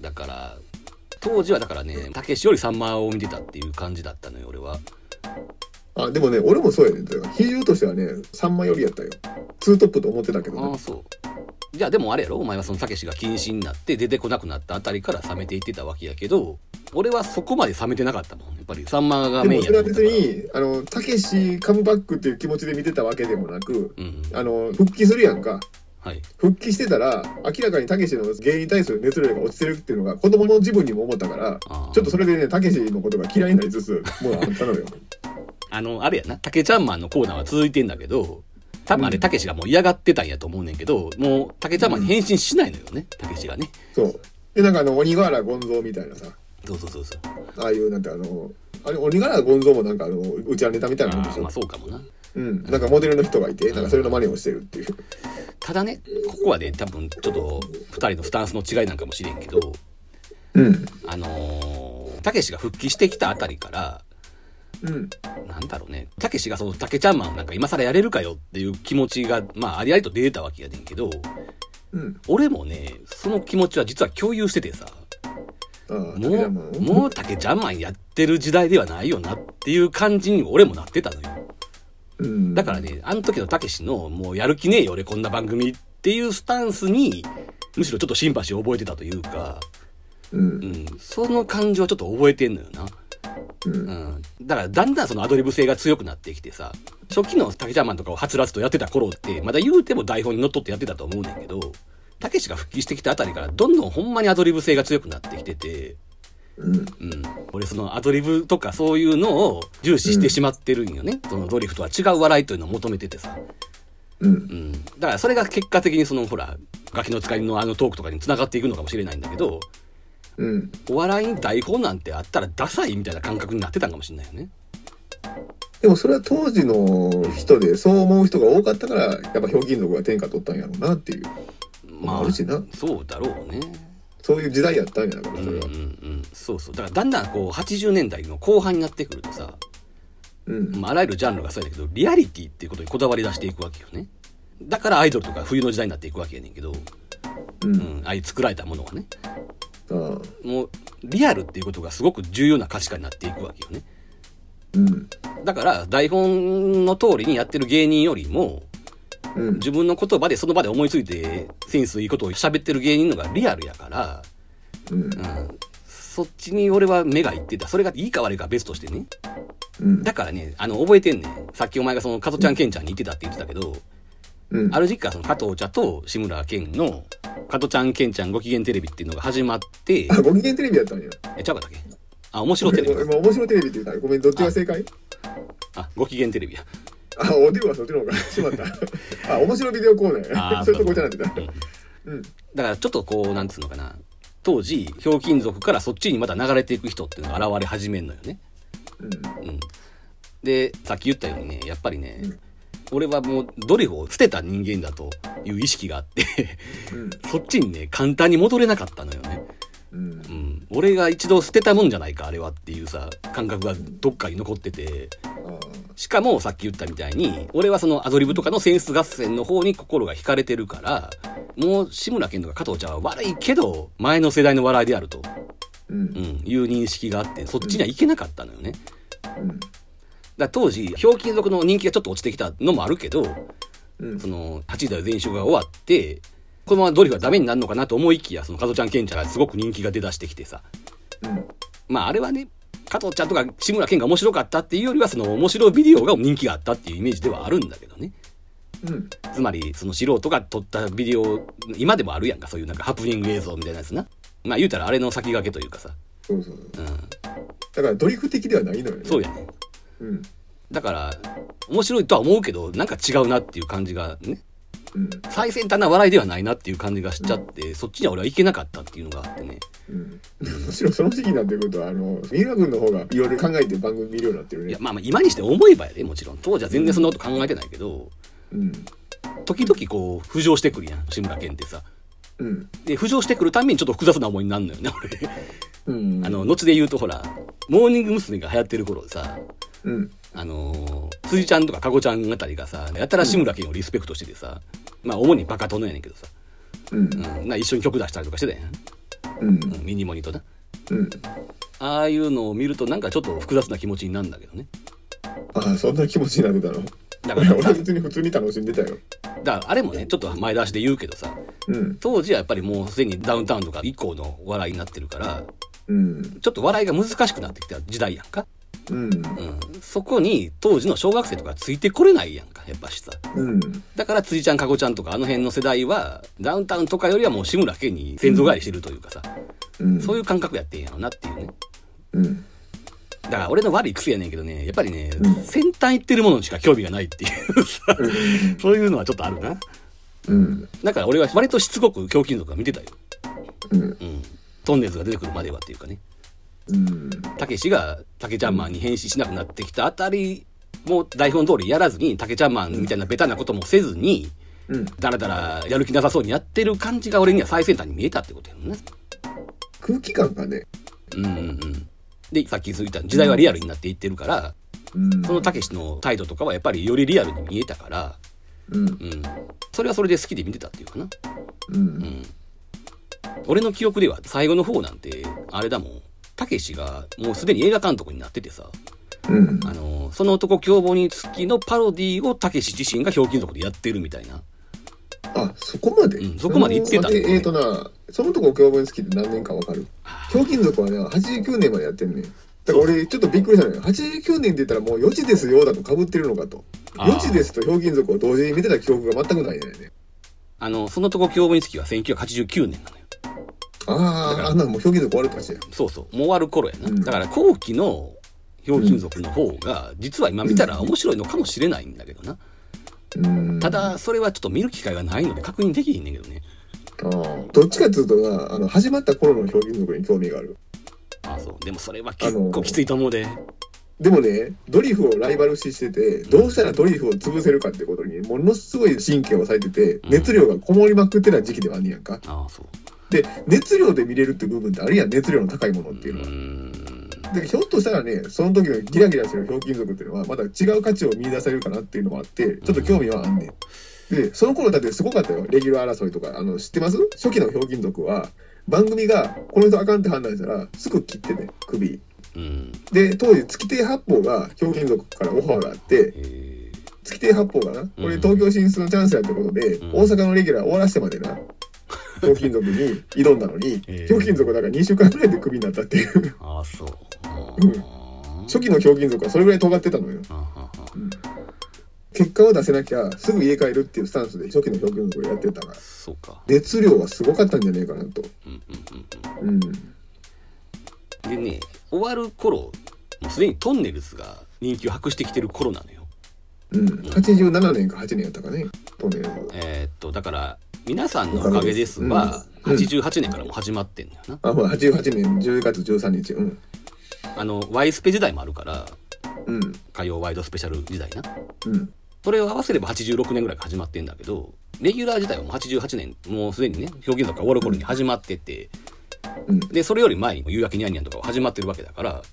S2: だから当時はだからねたけしよりさんまを見てたっていう感じだったのよ俺は
S3: あでもね俺もそうやねんだから比重としてはねさんまよりやったよツートップと思ってたけど
S2: ああ
S3: ね
S2: そうじゃあでもあれやろお前はそのたけしが禁止になって出てこなくなったあたりから冷めていってたわけやけど俺はそこまで冷めてなかったもんやっぱりさんまが
S3: で
S2: メイ
S3: も
S2: ンや
S3: それ
S2: と
S3: は
S2: 思った
S3: 別
S2: から
S3: にあのたけしカムバックっていう気持ちで見てたわけでもなく
S2: うん
S3: あの復帰するやんか
S2: はい
S3: 復帰してたら明らかにたけしの芸人に対する熱量が落ちてるっていうのが子供の自分にも思ったから
S2: あー
S3: ちょっとそれでねたけしのことが嫌いになりつつもうあったのよ
S2: あの、あれやな、竹ちゃんマンのコーナーは続いてんだけど、多分あれ、
S3: うん
S2: たけしがもう嫌がってたんやと思うねんけど、もう、竹ちゃんマンに返信しないのよね、たけしがね。
S3: そうでなんかあの鬼瓦権蔵みたいなさ
S2: そうそうそうそう。
S3: ああいうなんてあのあれ鬼瓦権蔵もなんかあのうちはネタみたいなもんで
S2: あ
S3: し
S2: あ、
S3: ょ、
S2: まあそうかもな。
S3: うん、なんかモデルの人がいてなんかそれの真似をしてるっていう
S2: ただね、ここはね、多分、ちょっと、二人のスタンスの違いなんかもしれんけど、
S3: うん
S2: あのー、たけしが復帰してきたあたりから、
S3: うん
S2: なんだろうね、たけしがその竹ちゃんマンなんか今更やれるかよっていう気持ちが、まあ、ありありと出たわけやねんけど、
S3: うん
S2: 俺もね、その気持ちは実は共有しててさ、も
S3: ああ竹田
S2: う、
S3: も
S2: もう竹ジャマンやってる時代ではないよなっていう感じに俺もなってたのよ。
S3: うん
S2: だからね、あの時のたけしの、もうやる気ねえよ俺こんな番組っっていうスタンスに、むしろちょっとシンパシーを覚えてたというか、
S3: うん
S2: う。ん、その感じはちょっと覚えてんのよな。
S3: うん
S2: うん、だからだんだんそのアドリブ性が強くなってきてさ初期の竹ちゃんマンとかをはつらつとやってた頃ってまだ言うても台本にのっとってやってたと思うねんけどたけしが復帰してきたあたりからどんどんほんまにアドリブ性が強くなってきてて、
S3: うん。
S2: うん、俺そのアドリブとかそういうのを重視してしまってるんよね、そのドリフとは違う笑いというのを求めててさ、
S3: うん。
S2: うん、だからそれが結果的にそのほらガキの使いのあのトークとかに繋がっていくのかもしれないんだけど
S3: うん。
S2: お笑いに台本なんてあったらダサいみたいな感覚になってたんかもしれないよね。
S3: でもそれは当時の人でそう思う人が多かったからやっぱ表現力が天下取ったんやろうなっていう
S2: ま
S3: あるしな
S2: そうだろうね。
S3: そういう時代やったんやか
S2: う
S3: ら
S2: ん
S3: そ
S2: うん
S3: れは
S2: うん、そうそうだからだんだんこう80年代の後半になってくるとさ、
S3: うん
S2: まあ、あらゆるジャンルがそうやけどリアリティっていうことにこだわり出していくわけよねだからアイドルとか冬の時代になっていくわけやねんけど、
S3: う
S2: うんん、ああいう作られたものはね
S3: ああ
S2: もうリアルっていうことがすごく重要な価値観になっていくわけよね
S3: うん
S2: だから台本の通りにやってる芸人よりも
S3: うん
S2: 自分の言葉でその場で思いついてセンスいいことを喋ってる芸人のがリアルやから
S3: うん
S2: うんそっちに俺は目がいってた。それがいいか悪いかは別としてね。
S3: うん
S2: だからね、あの、覚えてんねん。さっきお前がその、加藤ちゃん、ケンちゃんに言ってたって言ってたけど、
S3: うん
S2: ある時期からその、加藤茶と志村けんの、加藤ちゃん、ケンちゃんご機嫌テレビっていうのが始まっ
S3: [LAUGHS]
S2: て、
S3: あご機嫌テレビやったんや
S2: え、ちゃうかったっけあ、面白テレビ
S3: 今面白テレビって言ったらごめんどっちが正解
S2: あ、ご機嫌テレビ
S3: [LAUGHS]
S2: や。
S3: あおではそっちの方がし [LAUGHS] まったあ面白ビデオコーナ
S2: あ
S3: ー
S2: ー
S3: そういうとこじゃなくてた
S2: うん
S3: うん
S2: だからちょっとこう、なんつうのかな。当時、ひょうきん族からそっちにまだ流れていく人っていうのが現れ始めるのよね。
S3: うん
S2: うん、でさっき言ったようにねやっぱりね、俺はもうドリフを捨てた人間だという意識があって [LAUGHS]
S3: うん
S2: そっちにね簡単に戻れなかったのよね、
S3: うん
S2: うん、俺が一度捨てたもんじゃないかあれはっていうさ感覚がどっかに残ってて
S3: あ
S2: しかもさっき言ったみたいに俺はそのアドリブとかのセンス合戦の方に心が惹かれてるからもう志村けんとか加藤ちゃんは悪いけど前の世代の笑いであると、
S3: う
S2: うんん、いう認識があってそっちには行けなかったのよね、
S3: うん
S2: だから当時ひょうきん族の人気がちょっと落ちてきたのもあるけど
S3: うん
S2: その8代全集が終わってこのままドリフがダメになるのかなと思いきやその加藤ちゃんケンちゃんがすごく人気が出だしてきてさ
S3: うん
S2: まああれはね加藤ちゃんとか志村けんが面白かったっていうよりはその面白ビデオが人気があったっていうイメージではあるんだけどね
S3: うん
S2: つまりその素人が撮ったビデオ今でもあるやんかそういうなんかハプニング映像みたいなやつなまあ言うたらあれの先駆けというかさ
S3: そうそうそう
S2: うん
S3: だからドリフ的ではないのよね
S2: そうやね
S3: うん
S2: だから面白いとは思うけどなんか違うなっていう感じがね
S3: うん
S2: 最先端な笑いではないなっていう感じがしちゃって、そっちには俺はいけなかったっていうのがあってね。
S3: うんむしろその時期になってくるとあの三浦君の方がいろいろ考えて番組見るようになってる
S2: い
S3: ね
S2: や、まあまあ今にして思えばやで、もちろん。当時は全然そんなこと考えてないけど、
S3: うん
S2: 時々こう浮上してくるやん、志村けんってさ。
S3: うん
S2: で、浮上してくるたんびにちょっと複雑な思いになるのよね、 [LAUGHS] 俺。
S3: うん
S2: あの、後で言うとほら、モーニング娘。が流行ってる頃でさ、
S3: うん
S2: あのー、辻ちゃんとかかごちゃんあたりがさ、やたら志村けんをリスペクトしててさ、まあ主にバカ殿やねんけどさ、
S3: うん
S2: うん、な一緒に曲出したりとかしてたやん。
S3: うん
S2: うんミニモニとな。
S3: うん
S2: ああいうのを見るとなんかちょっと複雑な気持ちになるんだけどね。
S3: ああそんな気持ちになってたの
S2: だか
S3: 俺
S2: ら
S3: 俺
S2: さ
S3: 別に普通に楽しんでたよ
S2: だからあれもねちょっと前倒しで言うけどさ
S3: うん
S2: 当時はやっぱりもうすでにダウンタウンとか以降のお笑いになってるから
S3: うん
S2: ちょっと笑いが難しくなってきた時代やんか、
S3: うん
S2: うん、そこに当時の小学生とかついてこれないやんかやっぱしさ
S3: うん
S2: だから辻ちゃんかごちゃんとかあの辺の世代はダウンタウンとかよりはもう志村けんに先祖返りしてるというかさ、
S3: うん
S2: そういう感覚やってんやろなっていうね
S3: うん
S2: だから俺の悪い癖やねんけどねやっぱりね、
S3: うん
S2: 先端行ってるものにしか興味がないっていうさそういうのはちょっとあるな
S3: うん
S2: だから俺は割としつこく胸筋族が見てたよ
S3: うん
S2: うん、トンネルズが出てくるまではっていうかね
S3: うん
S2: たけしがたけちゃんマンに変身しなくなってきたあたりも台本通りやらずにたけちゃんマンみたいなベタなこともせずに
S3: うん
S2: だらだらやる気なさそうにやってる感じが俺には最先端に見えたってことやもんね。
S3: 空気感がね
S2: うんうんうんでさっき言った時代はリアルになっていってるから
S3: うん
S2: そのたけしの態度とかはやっぱりよりリアルに見えたから、
S3: う
S2: う
S3: ん
S2: ん、それはそれで好きで見てたっていうかな。
S3: う
S2: うんん、俺の記憶では最後の方なんてあれだもんたけしがもうすでに映画監督になっててさ
S3: うん
S2: あのその男凶暴につきのパロディをたけし自身がひょうきん族でやってるみたいな
S3: あそこまで、
S2: うんそこまで行ってた
S3: あの待ええーとなそのとこ教文付きって何年かわかるひょうきん族はね89年までやってんねんだから俺ちょっとびっくりしたのよ89年って言ったらもう4時ですよだとかぶってるのかと
S2: あー
S3: 4時ですとひょうきん族を同時に見てた記憶が全くないねんね
S2: あの、そのとこ教文付きは1989年なのよ。だ
S3: あ
S2: か
S3: あ
S2: ら
S3: あんなのもうひょうきん族終わるかしら
S2: そうそう。もう終わる頃やな。
S3: うん
S2: だから後期の標金属の方が、実は今見たら面白いのかもしれないんだけどな。
S3: うーん
S2: ただ、それはちょっと見る機会がないので確認できひんねんけどね。
S3: あーどっちかっていうとなあの始まった頃のひょうきん族に興味がある
S2: あそう。でもそれは結構きついと思うで。
S3: でもねドリフをライバル視しててどうしたらドリフを潰せるかってことにものすごい神経を割いてて
S2: うん
S3: 熱量がこもりまくってた時期ではあんねやんか
S2: ああ、そう。
S3: で熱量で見れるって部分ってあるやん熱量の高いものっ
S2: う
S3: ていうのは。
S2: ーん。
S3: だからひょっとしたらねその時のギラギラしてるひょうきん族っていうのはまた違う価値を見出せるかなっていうのもあってちょっと興味はあんねん。でその頃だってすごかったよレギュラー争いとかあの知ってます初期のひょうきん族は番組がこの人あかんって判断したらすぐ切ってね首。
S2: うん。
S3: で当時月亭八方がひょうきん族からオファーがあって
S2: えー
S3: 月亭八方がなこれ東京進出のチャンスやってことで、
S2: うん
S3: 大阪のレギュラー終わらせてまでな。ひょうきん族に挑んだのに、
S2: えー
S3: ひょうきん族だから2週間ぐらいでクビになったっていう
S2: ああ、そう。あ
S3: うん
S2: ー
S3: 初期のひょうきん族はそれぐらい尖ってたのよ
S2: あはは
S3: 結果を出せなきゃすぐ家帰るっていうスタンスで初期の表現をやってたから
S2: そうか。
S3: 熱量はすごかったんじゃねえかなと
S2: うんうんうん
S3: うん
S2: うん。でね、終わる頃、もうすでにトンネルズが人気を博してきてる頃なのよ。
S3: うん87年か8年やったかねトンネルズ
S2: えーっとだから皆さんのおかげですが、
S3: うんうん
S2: 88年からもう始まってんだよな、
S3: あほら88年10月13日うん
S2: あのワイスペ時代もあるから
S3: うん
S2: 火曜ワイドスペシャル時代な
S3: うん
S2: それを合わせれば86年ぐらいから始まってんだけどレギュラー時代はもう88年もうすでにね表現とか終わる頃に始まってて、
S3: うん
S2: でそれより前に「夕焼けにゃんにゃん」とかは始まってるわけだから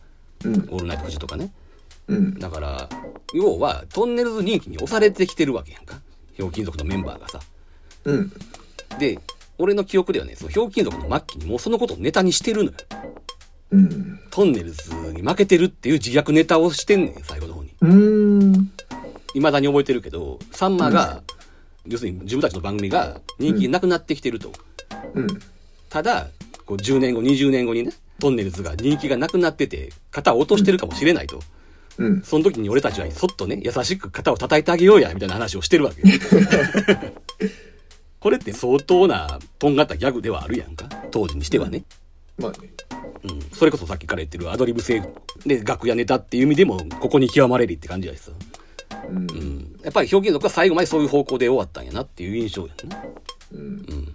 S3: うん
S2: 「オールナイトフジ」とかね
S3: うん
S2: だから要はトンネルズ人気に押されてきてるわけやんかひょうきん族のメンバーがさ
S3: うん
S2: で俺の記憶ではねそのひょうきん族の末期にもうそのことをネタにしてるのよ
S3: うん
S2: トンネルズに負けてるっていう自虐ネタをしてんねん、最後の方に。
S3: うーん
S2: 未だに覚えてるけど、サンマが、要するに自分たちの番組が人気なくなってきてると。
S3: うん
S2: ただ、こう10年後、20年後にね、トンネルズが人気がなくなってて、肩を落としてるかもしれないと。
S3: うん
S2: その時に俺たちはそっとね、優しく肩を叩いてあげようや、みたいな話をしてるわけよ。これって相当な、とんがったギャグではあるやんか。当時にしてはね。
S3: まあね
S2: うん、それこそさっきから言ってるアドリブ性で楽屋ネタっていう意味でもここに極まれりって感じやしさ、
S3: う
S2: うんん、やっぱり表現力は最後までそういう方向で終わったんやなっていう印象やんな、
S3: うん
S2: うん、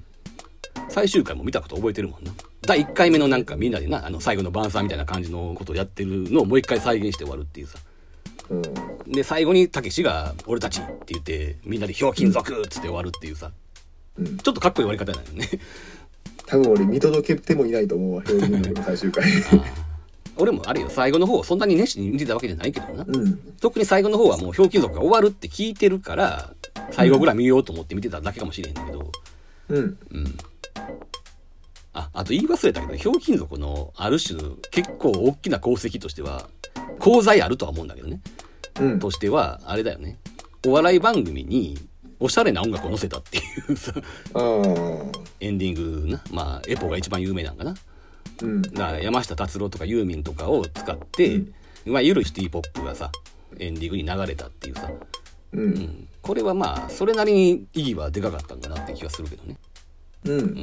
S2: 最終回も見たこと覚えてるもんな第1回目のなんかみんなでなあの最後の晩餐みたいな感じのことをやってるのをもう一回再現して終わるっていうさ
S3: うん
S2: で最後にたけしが「俺たち」って言ってみんなで「ひょうきん族」っつって終わるっていうさ
S3: うん
S2: ちょっとかっこいい終わり方なのね [LAUGHS]
S3: 多分俺見届けてもいないと思うわ表現の最
S2: [LAUGHS]
S3: 終回
S2: 俺もあれよ最後の方をそんなに熱心に見てたわけじゃないけどな
S3: うん
S2: 特に最後の方はもうひょうきん族が終わるって聞いてるから最後ぐらい見ようと思って見てただけかもしれへんけど
S3: うん
S2: うんああと言い忘れたけどひょうきん族のある種結構大きな功績としては功罪あるとは思うんだけどね
S3: うん
S2: としてはあれだよねお笑い番組におしゃれな音楽を載せたっていう [LAUGHS] さ
S3: ああ
S2: エンディングなまあエポが一番有名なんかな
S3: うん
S2: だから山下達郎とかユーミンとかを使って、いわゆるシティポップがさエンディングに流れたっていうさ
S3: う
S2: うんんこれはまあそれなりに意義はでかかったんだなって気がするけどね、
S3: う
S2: うんん、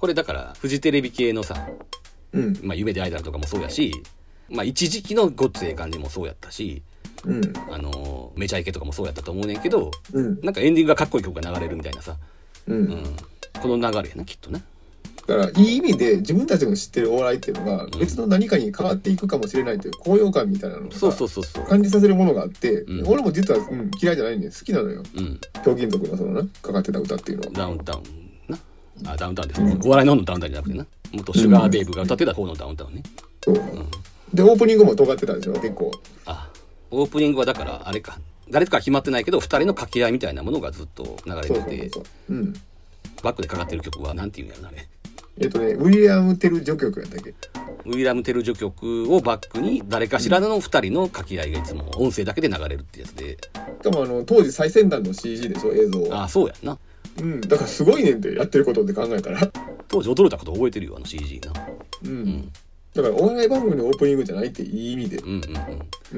S2: これだからフジテレビ系のさ
S3: うん
S2: 「まあ、夢でアイドル」とかもそうやし、まあ、一時期の「ごっつええ感じ」もそうやったし
S3: うん
S2: 「あのーめちゃイケ」とかもそうやったと思うねんけど
S3: うん
S2: なんかエンディングがかっこいい曲が流れるみたいなさ、
S3: う
S2: うんん、この流れやなきっとな
S3: だからいい意味で自分たちの知ってるお笑いっていうのが
S2: ん
S3: 別の何かに変わっていくかもしれないという高揚感みたいなの
S2: そうそう
S3: が
S2: そうそう
S3: 感じさせるものがあって、
S2: うん
S3: 俺も実は、うん、嫌いじゃないね好きなのよ
S2: うん
S3: 狂言族のそのなかかってた歌っていうのは
S2: ダウンタウンなあダウンタウンです、お笑いの方のダウンタウンじゃなくてな元シュガーデーブが歌ってた方のダウンタウンね
S3: そう、でオープニングも尖ってたでしょ結構
S2: あオープニングはだからあれか誰とかは決まってないけど2人の掛け合いみたいなものがずっと流れ
S3: そ
S2: て
S3: うそう
S2: て
S3: そううん
S2: バックでかかってる曲は何ていうんやろなあれ
S3: えっとねウィリアム・テル序曲やったっけ
S2: ウィリアム・テル助曲をバックに誰かしらの2人の掛け合いがいつも音声だけで流れるってやつで
S3: しかもあの当時最先端の CG でしょ映像は
S2: あそうやんな
S3: うん、だからすごいねんってやってることって考えたら、
S2: 当時驚いたこと覚えてるよ、あの CG な。
S3: う
S2: うんん。、
S3: だからお笑い番組のオープニングじゃないっていい意味で、
S2: うん、うん、う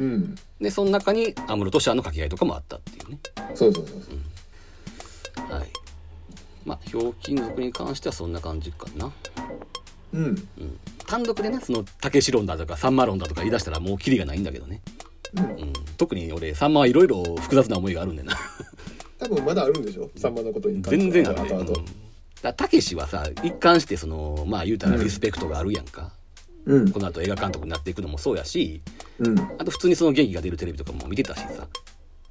S2: ん。
S3: うん、
S2: で、その中に、安室とシャアの掛け合いとかもあったっていうね。
S3: そうそうそうそう。
S2: はい。まあ、ひょうきん族に関してはそんな感じかな。
S3: う
S2: う
S3: ん、
S2: ん。単独でね、その、竹志論だとか、サンマ論だとか言い出したらもうキリがないんだけどね。
S3: うん、
S2: うん。特に俺、サンマはいろいろ複雑な思いがあるんだよな。
S3: 多分まだあるんでしょ、さんまのことに関
S2: 全
S3: して
S2: 然
S3: は
S2: あるね。
S3: 後
S2: う
S3: 々
S2: んだからたけしはさ一貫してそのまあ言うたら
S3: うん
S2: リスペクトがあるやんか、
S3: うん
S2: こ、の後映画監督になっていくのもそうやし
S3: うん、
S2: あと普通にその元気が出るテレビとかも見てたしさ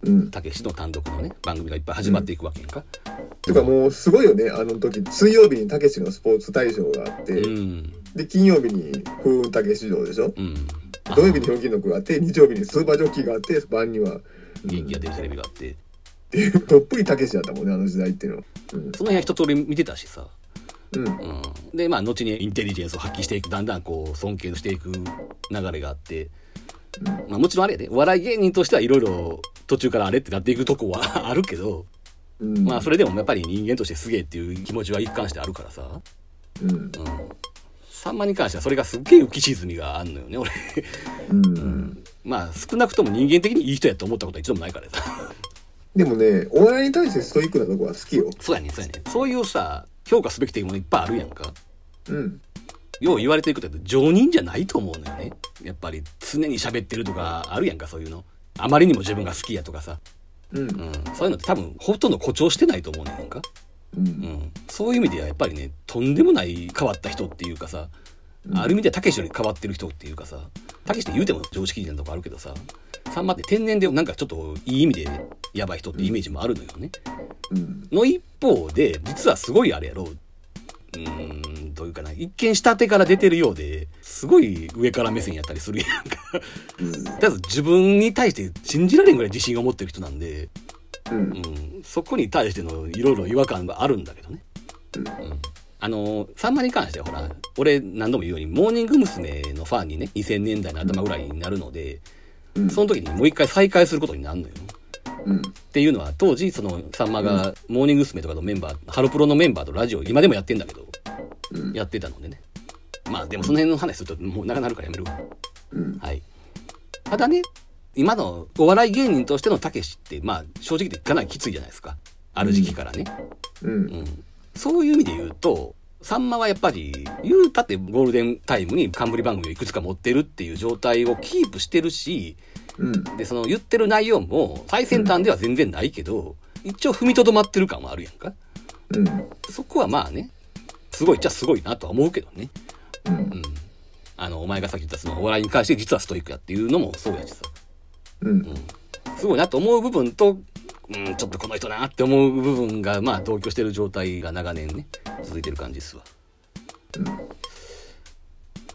S3: うん。
S2: たけしの単独のね番組がいっぱい始まっていくわけやんか
S3: てかもうすごいよね、あの時、水曜日にたけしのスポーツ大賞があって、
S2: うん
S3: で、金曜日に風雲たけし賞でしょ。
S2: うんあ
S3: 土曜日にひょうきん族があって、日曜日にスーパージョッキーがあって、晩には、 [LAUGHS]
S2: 元気が出るテレビがあって
S3: うんどっぷりたけしだったもんね、あの時代っていうのは。うん
S2: その辺は一通り見てたしさ、
S3: うん、
S2: うん、でまあ後にインテリジェンスを発揮していくだんだんこう尊敬していく流れがあって、まあ、もちろんあれやでお笑い芸人としてはいろいろ途中からあれってなっていくとこは [LAUGHS] あるけど
S3: うん、
S2: まあそれでもやっぱり人間としてすげえっていう気持ちは一貫してあるからさ、
S3: うん、
S2: うん、さんまに関してはそれがすっげえ浮き沈みがあんのよね俺 [LAUGHS]
S3: うん。
S2: まあ少なくとも人間的にいい人やと思ったことは一度もないからさ [LAUGHS]
S3: でもね、お笑いに対してストイックなとこは好きよ。
S2: そうやねそうやねそういうさ評価すべき点ものいっぱいあるやんか
S3: うん、
S2: よう言われていくと常人じゃないと思うのよねやっぱり常に喋ってるとかあるやんかそういうのあまりにも自分が好きやとかさ、
S3: う、
S2: うんん、そういうのって多分ほとんど誇張してないと思うねんやんか、
S3: う、
S2: うんん、そういう意味ではやっぱりねとんでもない変わった人っていうかさある意味ではたけしより変わってる人っていうかさたけしって言うても常識人なとこあるけどささんまって天然でなんかちょっといい意味でやばい人ってイメージもあるのよね、
S3: うん、
S2: の一方で実はすごいあれやろうーんどういうかな一見下手から出てるようですごい上から目線やったりするやん [LAUGHS] か
S3: うん、
S2: だから自分に対して信じられんぐらい自信を持ってる人なんで、
S3: うん
S2: う。ん、そこに対してのいろいろ違和感があるんだけどね、うん、あのさんまに関してはほら俺何度も言うようにモーニング娘。のファンにね2000年代の頭ぐらいになるので
S3: うん
S2: その時にもう一回再会することになるのよ、
S3: うん
S2: っていうのは当時そのさんまがモーニング娘。とかのメンバー、ハロプロのメンバーとラジオ今でもやってんだけど、
S3: うん
S2: やってたのでねまあでもその辺の話するともう長くなるからやめるわ
S3: うん
S2: はいただね今のお笑い芸人としてのたけしってまあ正直でかなりきついじゃないですかある時期からね、
S3: う
S2: うんんそういう意味で言うとさんまはやっぱり言うたってゴールデンタイムに冠番組をいくつか持ってるっていう状態をキープしてるし
S3: うん
S2: でその言ってる内容も最先端では全然ないけど、一応踏みとどまってる感はあるやんか
S3: うん
S2: そこはまあねすごいっちゃすごいなとは思うけどね
S3: うん
S2: うんあのお前がさっき言ったそのお笑いに関して実はストイックやっていうのもそうやしさ、
S3: うん
S2: うん、すごいなと思う部分と、うん、ちょっとこの人なって思う部分がまあ同居してる状態が長年ね続いてる感じですわ、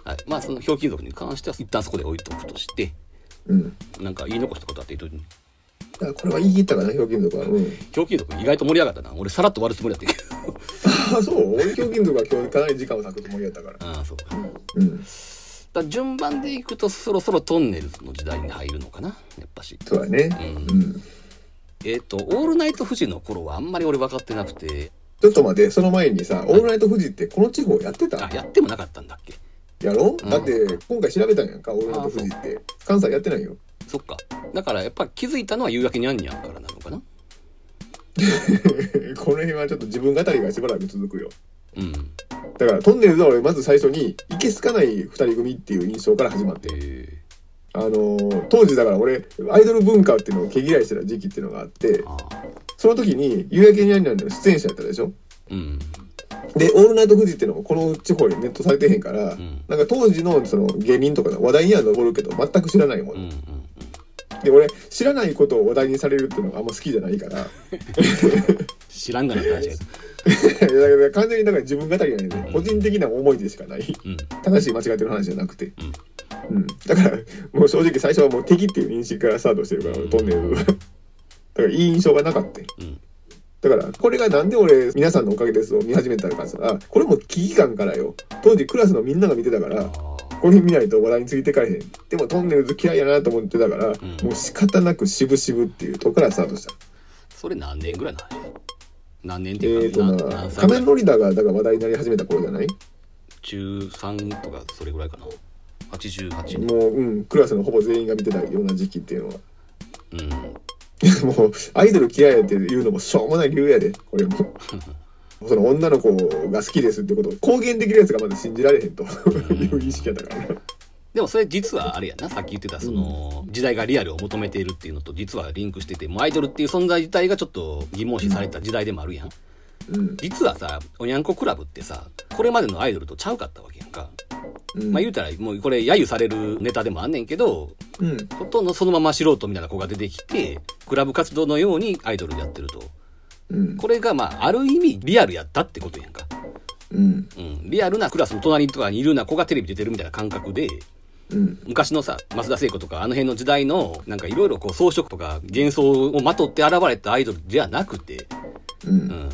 S2: はい、まあそのひょうきん族に関しては一旦そこで置いとくとして
S3: うん
S2: なんか言い残したことあって言うと
S3: だからこれは言い切ったかな表現とかうん
S2: 狂気族意外と盛り上がったな俺さらっと終わるつもりだったけど [LAUGHS]
S3: ああそう俺表現とか今日かなり時間を割くつもりやったから
S2: ああそうかだか
S3: うん
S2: ら順番でいくとそろそろトンネルズの時代に入るのかなやっぱし
S3: そうだね
S2: うん
S3: うん
S2: えっ、と「オールナイトフジ」の頃はあんまり俺分かってなくて
S3: ちょっと待ってその前にさ「オールナイトフジ」ってこの地方やってた
S2: あやってもなかったんだっけ
S3: やろ
S2: うん
S3: だって今回調べたんやんか「オールナイトフジ」って関西やってないよ
S2: そっかだからやっぱ気づいたのは夕焼けにゃんにゃんからなのかな
S3: [LAUGHS] この辺はちょっと自分語りがしばらく続くよ
S2: うん
S3: だからトンネルズは俺まず最初にいけすかない二人組っていう印象から始まって
S2: え
S3: あのー当時だから俺アイドル文化っていうのを毛嫌いしてた時期っていうのがあって
S2: ー、ああ
S3: その時に夕焼けにゃんにゃんの出演者やったでしょ
S2: うん
S3: で「オールナイトフジ」っていうのもこの地方にネットされてへんから、
S2: うん
S3: なんか当時のその芸人とかの話題には上るけど全く知らないもん、
S2: うんうんうん
S3: で俺知らないことを話題にされるっていうのがあんま好きじゃないから [LAUGHS] だか
S2: 知らんがな大事や
S3: ら完全にだから自分語りやねんね
S2: うん
S3: 個人的な思いでしかない
S2: うん
S3: 正しい間違ってる話じゃなくて、うん、だからもう正直最初はもう敵っていう認識からスタートしてるから俺トンネルはだからいい印象がなかった
S2: うん
S3: だからこれがなんで俺皆さんのおかげですを見始めたのかさあこれも危機感からよ当時クラスのみんなが見てたから
S2: ああ
S3: これ見ないと話題についてかれへんでもトンネルズ嫌いやなと思ってたか
S2: ん
S3: ら、もう仕方なく渋々っていうとこからスタートした
S2: それ何年ぐらいの話何年って
S3: え
S2: い
S3: っ、
S2: う
S3: と
S2: か、な
S3: な
S2: 何、歳
S3: 仮
S2: ぐら
S3: 面
S2: い
S3: ロリダーがだから話題になり始めた頃じゃない
S2: 中3とかそれぐらいかな。
S4: 88
S3: もう、うん、クラスのほぼ全員が見てたような時期っていうのは。
S2: うん。
S3: [LAUGHS] もう、アイドル嫌いやっていうのもしょうもない理由やで、これも。
S2: [LAUGHS]
S3: その女の子が好きですってことを公言できるやつがまず信じられへんという意識やったからな。
S2: でもそれ実はあれやな、さっき言ってたその、時代がリアルを求めているっていうのと実はリンクしてて、もうアイドルっていう存在自体がちょっと疑問視された時代でもあるやん。
S3: うん。
S2: 実はさ、おにゃんこクラブってさ、これまでのアイドルとちゃうかったわけやんか。
S3: うん。
S2: まあ言うたら、もうこれ揶揄されるネタでもあんねんけど、
S3: うん。
S2: ほとんどそのまま素人みたいな子が出てきて、クラブ活動のようにアイドルやってると。
S3: うん。
S2: これがまあ、ある意味リアルやったってことやんか。
S3: うん。
S2: うん。リアルなクラスの隣とかにいるような子がテレビ出てるみたいな感覚で、
S3: うん。
S2: 昔のさ、増田聖子とかあの辺の時代の、なんかいろいろこう装飾とか幻想をまとって現れたアイドルではなくて、う
S3: う。
S2: んん。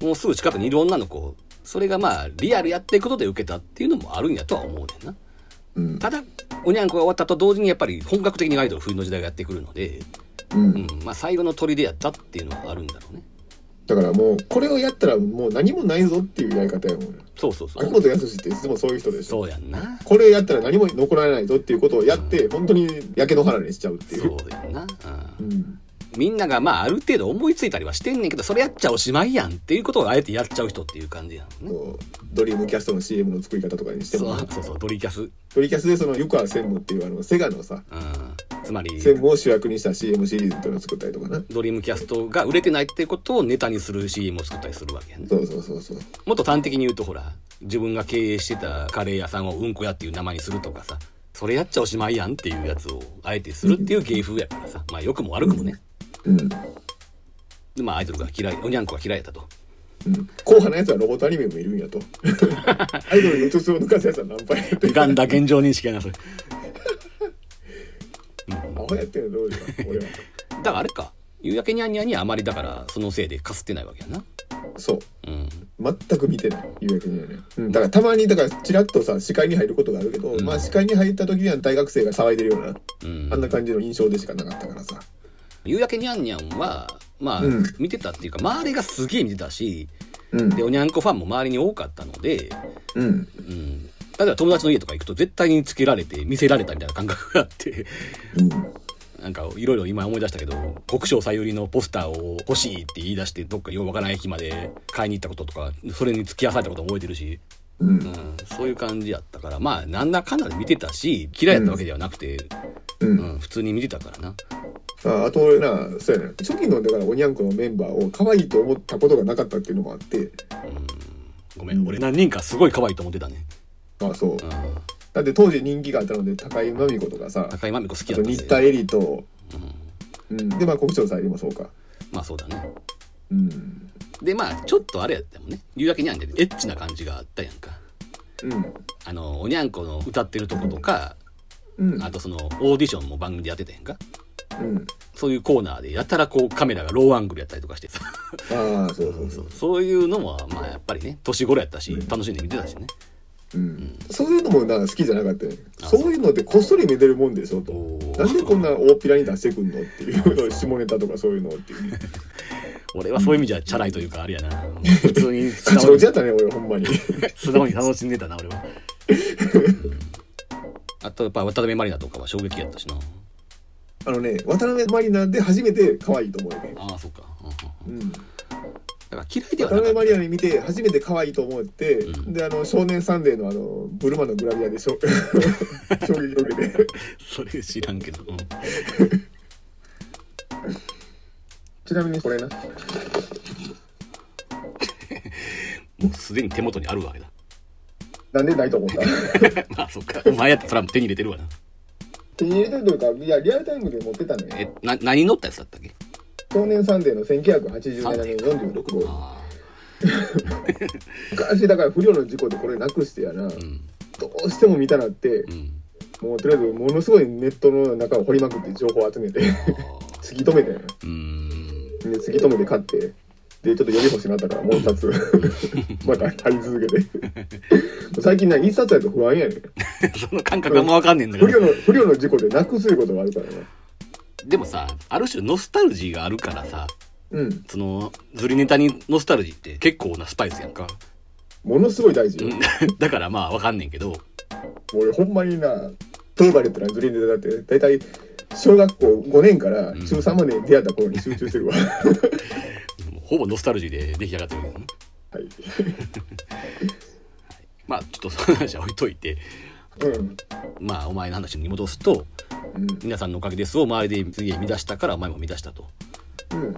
S2: もうすぐ近くにいる女の子、それがまあ、リアルやっていくことで受けたっていうのもあるんやとは思うねんな。
S3: うん。
S2: ただ、おにゃんこが終わったと同時にやっぱり本格的にアイドル冬の時代がやってくるので、
S3: うん
S2: うん。まあ、最後の砦やったっていうのはあるんだろうね。
S3: だからもう、これをやったらもう何もないぞっていうやり方やもん。
S2: そうそうそ
S3: 秋
S2: う。
S3: 元康っていつもそういう人でしょ。
S2: そうやんな。
S3: これやったら何も残らないぞっていうことをやって、本当に焼け野原にしちゃうっていう。
S2: そうやんな。うん
S3: う。ん。
S2: みんながまあある程度思いついたりはしてんねんけど、それやっちゃおしまいやんっていうことをあえてやっちゃう人っていう感じやんね。
S3: そうドリームキャストの CM の作り方とかにして
S2: そ
S3: も、
S2: うそうそう、ドリキャス。うん。
S3: ドリキャスでその湯川専務っていうあのセガのさ
S2: つまり、
S3: 専務を主役にした CM シリーズっていうのを作ったりとかな
S2: ドリームキャストが売れてないってことをネタにする CM を作ったりするわけやね。
S3: そうそうそうそう
S2: もっと端的に言うとほら、自分が経営してたカレー屋さんをうんこ屋っていう名前にするとかさ、それやっちゃおしまいやんっていうやつをあえてするっていう芸風やからさ、まあ良くも悪くもね。
S3: うん
S2: でまあアイドルが嫌い、おにゃんこが嫌いだと。
S3: うん、後派のやつはロボットアニメもいるん
S2: [LAUGHS]
S3: やとアイドルにうつつを抜かすやつはナンパやって
S2: ガンダ現状認識やな、それ。
S3: アホやってんのどうでか俺は
S2: だからあれか夕焼けにゃんにゃんにはあまりだからそのせいでかすってないわけやな
S3: そう
S2: うん
S3: 全く見てないいうわけじゃない、うん、だからたまにだからちらっとさ視界に入ることがあるけど、
S2: うん
S3: まあ視界に入った時には大学生が騒いでるような
S2: うん
S3: あんな感じの印象でしかなかったからさ
S2: 夕焼けにゃんにゃんはまあ、
S3: うん
S2: 見てたっていうか周りがすげえ見てたし
S3: うん
S2: でおにゃんこファンも周りに多かったので、
S3: う
S2: う
S3: ん
S2: ん、例えば友達の家とか行くと絶対につけられて見せられたみたいな感覚があって [LAUGHS]
S3: うん
S2: なんかいろいろ今思い出したけど国章さゆりのポスターを欲しいって言い出してどっかようわからない駅まで買いに行ったこととかそれに付き合わされたことも覚えてるし
S3: うん
S2: うん、そういう感じやったからまあなんだかんだで見てたし嫌いやったわけではなくて、
S3: う
S2: うんん普通に見てたからな
S3: ああと俺な、そうやな、初期のだからおにゃんこのメンバーを可愛いと思ったことがなかったっていうのもあって、
S2: ごめん俺何人かすごい可愛いと思ってたね、
S3: まあそう
S2: うん。、
S3: だって当時人気があったので、高井真美子とかさ、あ
S2: 高井真美子好きや
S3: と
S2: ったんで
S3: 新田絵里と、
S2: うん、
S3: うん、で、まあ国長さんよりもそうか。
S2: まあそうだね
S3: うん。
S2: でまあちょっとあれやったもんね夕焼けにゃんでエッチな感じがあったやんか
S3: うん。
S2: あのおにゃんこの歌ってるとことか、
S3: うん。
S2: あとそのオーディションも番組でやってたやんか
S3: うん。
S2: そういうコーナーでやたらこうカメラがローアングルやったりとかしてさ
S3: ああ、そうそう
S2: そ
S3: そう
S2: う。そういうのもまあやっぱりね年頃やったし楽しんで見てたしね
S3: うん。そういうのもな、好きじゃなかったよね。
S2: あそう
S3: そういうのってこっそりめでるもんでしょと。
S2: おー
S3: なんでこんな大っぴらに出してくんのっていう、下ネタとかそういうのっていうね。
S2: 俺はそういう意味じゃチャラいというかあ [LAUGHS] れやな普通に素
S3: 感
S2: 直
S3: 情
S2: に
S3: じゃったね、俺、ほんまに。
S2: 素直に楽しんでたな俺は [LAUGHS] あとやっぱ渡辺満里奈とかは衝撃やったしな
S3: あのね、渡辺満里奈で初めて可愛いと思うよね。
S2: ああそっか、うんうんうん
S3: うん。
S2: だから嫌いでは
S3: 渡
S2: なか
S3: 辺マ
S2: っ
S3: リアに見て初めて可愛いと思って、
S2: うん
S3: であの少年サンデーのあのブルマのグラビアでし
S2: [LAUGHS]
S3: ょ衝撃を受けて
S2: たそれ知らんけど、うん
S3: ちなみにこれな
S2: もうすでに手元にあるわけだ
S3: なんでないと思った
S2: [LAUGHS] まあそっかお前やったらそれは手に入れてるわな
S3: 手に入れてるというかいやリアルタイムで持ってたね
S2: えな何に乗ったやつだったっけ
S3: 少年サンデーの1987年46号
S2: ああ
S3: 昔だから不慮の事故でこれなくしてやな、
S2: うん
S3: どうしても見たなって
S2: うん
S3: もうとりあえずものすごいネットの中を掘りまくって情報を集めて
S2: あー
S3: 突き止めて
S2: うーん
S3: で突き止めて買ってでちょっと読み星になったからもう一
S2: [LAUGHS]
S3: 冊また買い続けて [LAUGHS] 最近な一冊やと不安やねん
S2: [LAUGHS] その感覚あんま分かんねえんだ
S3: 不
S2: け
S3: 慮
S2: ど
S3: の不慮の事故でなくすることがあるからね。
S2: でもさある種ノスタルジーがあるからさ
S3: うん。
S2: その、ズリネタにノスタルジーって結構なスパイスやんか。
S3: ものすごい大事
S2: う
S3: よ。
S2: ん [LAUGHS] だからまあわかんねんけど、
S3: 俺、ほんまにな、トーバレットなんズリンでだって、大体、小学校5年から中3まで出会った頃に集中し
S2: [LAUGHS]
S3: てるわ。
S2: もうほぼノスタルジーで出来上がってるけどね。
S3: はい。
S2: まあちょっとその話は置いといて、
S3: うん。
S2: まあお前の話に戻すと、皆さんのおかげですを周りで次へ見出したからお前も見出したと。
S3: うん。うん。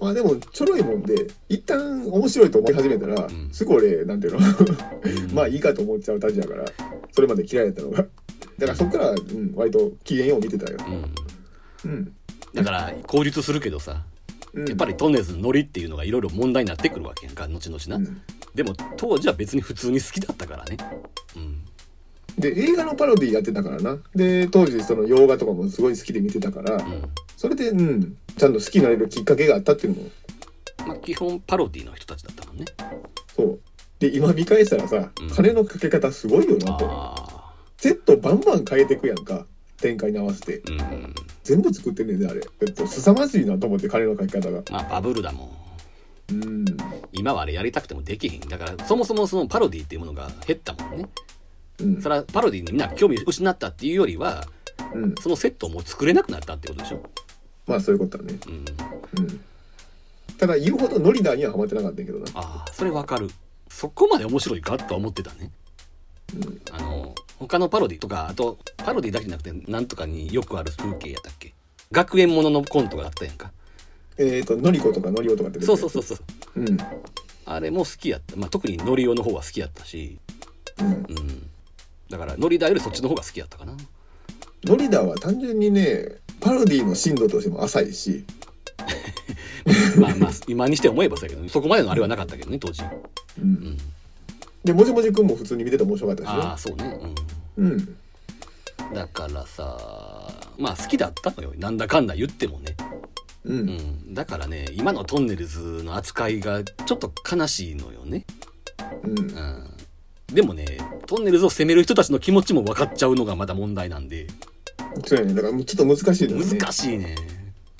S3: まあでも、ちょろいもんで、一旦面白いと思い始めたら、
S2: ん
S3: すぐ俺、なんていうの、まあいいかと思っちゃうたちだから、それまで嫌いだったのが。 [LAUGHS] だからそっから、うん、割と機嫌よう見てたよ。
S2: うん。
S3: うん。
S2: だから口述するけどさ、
S3: うん、
S2: やっぱりトンネルズのノリっていうのがいろいろ問題になってくるわけやんか、後々な。
S3: うん
S2: でも当時は別に普通に好きだったからね。うん。
S3: で映画のパロディやってたからなで当時その洋画とかもすごい好きで見てたから、
S2: うん。
S3: それで、うん、ちゃんと好きになれるきっかけがあったっていうのも
S2: まあ基本パロディの人たちだったもんね。
S3: そうで今見返したらさ、
S2: うん
S3: 金のかけ方すごいよなと
S2: ああ。
S3: セットバンバン変えてくやんか展開に合わせて
S2: うん。
S3: 全部作ってんねんであれえっと凄まじいなと思って金のかけ方が
S2: まあバブルだもん。
S3: うん
S2: 今はあれやりたくてもできへん。だからそもそもそのパロディっていうものが減ったもんね。
S3: うん
S2: それはパロディにみんな興味失ったっていうよりは、
S3: うん
S2: そのセットをもう作れなくなったってことでしょ。
S3: まあそういうことだね
S2: うん。
S3: うんただ言うほどノリダーにはハマってなかったんやけどな
S2: ああ、それわかる。そこまで面白いかとは思ってたね。
S3: うん
S2: あの、他のパロディとか、あと、パロディだけじゃなくて、なんとかによくある風景やったっけ学園もののコントがあったやんか。
S3: えっ、とノリコとかノリオとかって出て
S2: そ
S3: く
S2: う
S3: る
S2: そうそう
S3: [LAUGHS]
S2: そう。
S3: うん
S2: あれも好きやった。まあ、特にノリオの方は好きやったし、
S3: うん
S2: うん。だから、ノリダよりそっちの方が好きやったかな。
S3: ノリダは単純にねパロディの深度としても浅いし
S2: まあまあ、今にして思えばそうやけど、ね、そこまでのあれはなかったけどね、当時。
S3: う
S2: うんん。
S3: でもじもじくんも普通に見てて面白かったし
S2: ああ、
S3: ね
S2: そうね。うん。
S3: うん
S2: だからさ、まあ好きだったのよ。なんだかんだ言ってもね。
S3: う
S2: うんん。だからね、今のトンネルズの扱いがちょっと悲しいのよね。
S3: うん
S2: うん。でもね、トンネルズを責める人たちの気持ちも分かっちゃうのがまだ問題なんで、
S3: そうやねだからちょっと難しいのよね
S2: 難しいね。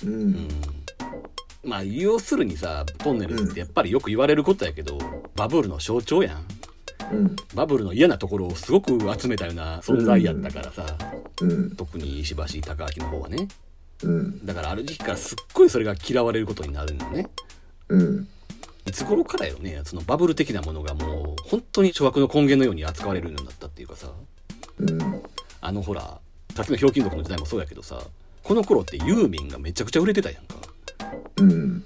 S3: う
S2: うんん。まあ、要するにさ、トンネルズってやっぱりよく言われることやけど、バブルの象徴やん。
S3: うん
S2: バブルの嫌なところをすごく集めたような存在やったからさ、
S3: うん
S2: 特に石橋貴明の方はね。
S3: うん
S2: だからある時期からすっごいそれが嫌われることになるのね。
S3: うん
S2: いつ頃からよね、そのバブル的なものがもう本当に諸悪の根源のように扱われるようになったっていうかさ、
S3: うん
S2: あのほら、さっきのひょうきん族の時代もそうやけどさ、この頃ってユーミンがめちゃくちゃ売れてたやんか。
S3: うん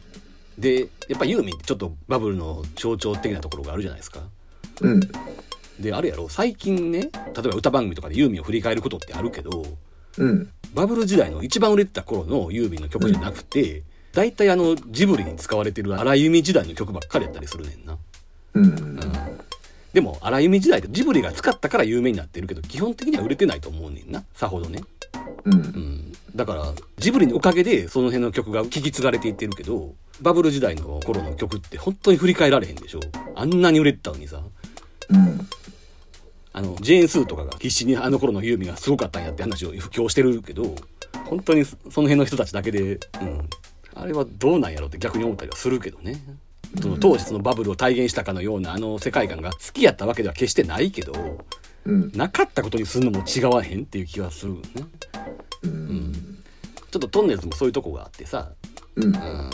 S2: で、やっぱユーミンってちょっとバブルの象徴的なところがあるじゃないですか。
S3: うん
S2: で、あるやろ、最近ね、例えば歌番組とかでユーミンを振り返ることってあるけど、
S3: うん
S2: バブル時代の一番売れてた頃のユーミンの曲じゃなくて、大体あのジブリに使われてる荒井由実時代の曲ばっかりやったりするねんな。
S3: うん
S2: でも荒井由実時代ってジブリが使ったから有名になってるけど、基本的には売れてないと思うねんな。さほどね。
S3: うん
S2: うん。だから、ジブリのおかげでその辺の曲が聞き継がれていってるけど、バブル時代の頃の曲って本当に振り返られへんでしょ。あんなに売れてたのにさ。
S3: うん
S2: あの、ジェーン・スーとかが必死にあの頃のユーミンがすごかったんやって話を布教してるけど、本当にその辺の人たちだけで、うん。あれはどうなんやろうって逆に思ったりはするけどね。その当時そのバブルを体現したかのようなあの世界観が好きやったわけでは決してないけど、
S3: うん
S2: なかったことにするのも違わへんっていう気がするよね。
S3: う
S2: うんん。ちょっとトンネルズもそういうとこがあってさ、
S3: うん
S2: うん。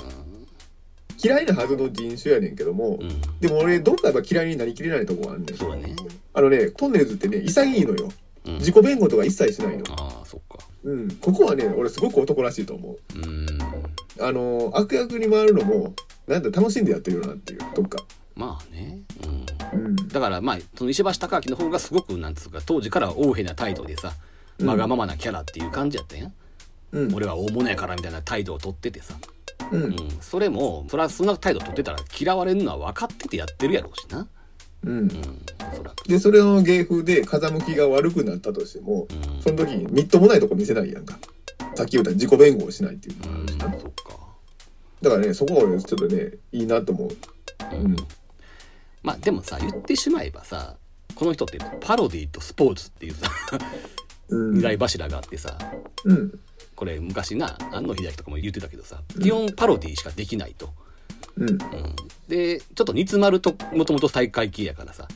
S3: 嫌いなはずの人種やねんけども
S2: うん。
S3: でも俺どっかやっぱ嫌いになりきれないとこがあんねん
S2: そうだね。
S3: あのねトンネルズってね潔いのよ
S2: うん。
S3: 自己弁護とか一切しないの
S2: ああ、そっか。
S3: うんここはね俺すごく男らしいと思
S2: う
S3: う
S2: ん。
S3: あの悪役に回るのもなんだ楽しんでやってるよなっていうどっか
S2: まあね。うん。
S3: うん
S2: だからまあその石橋貴明の方がすごくなんつうか当時から横柄な態度でさ
S3: うん
S2: わがままなキャラっていう感じやったんや、
S3: うん
S2: 俺は大物やからみたいな態度を取っててさ、
S3: う
S2: うんん、それもそれはそんな態度取ってたら嫌われるのは分かっててやってるやろうしな
S3: うん
S2: うんおそらく
S3: でそれの芸風で風向きが悪くなったとしても
S2: うん
S3: その時にみっともないとこ見せないやんかさっき言った自己弁護をしないっていうのがあ
S2: うん
S3: るしな
S2: そっか
S3: だからねそこは俺ちょっとねいいなと思う
S2: うんまあでもさ言ってしまえばさこの人ってパロディとスポーツっていうさ
S3: うん
S2: 二大柱があってさ
S3: うん
S2: ここれ昔な庵野秀明とかも言ってたけどさ基本パロディしかできないと、
S3: うん
S2: うん、でちょっと煮詰まるともともと大会系やからさ、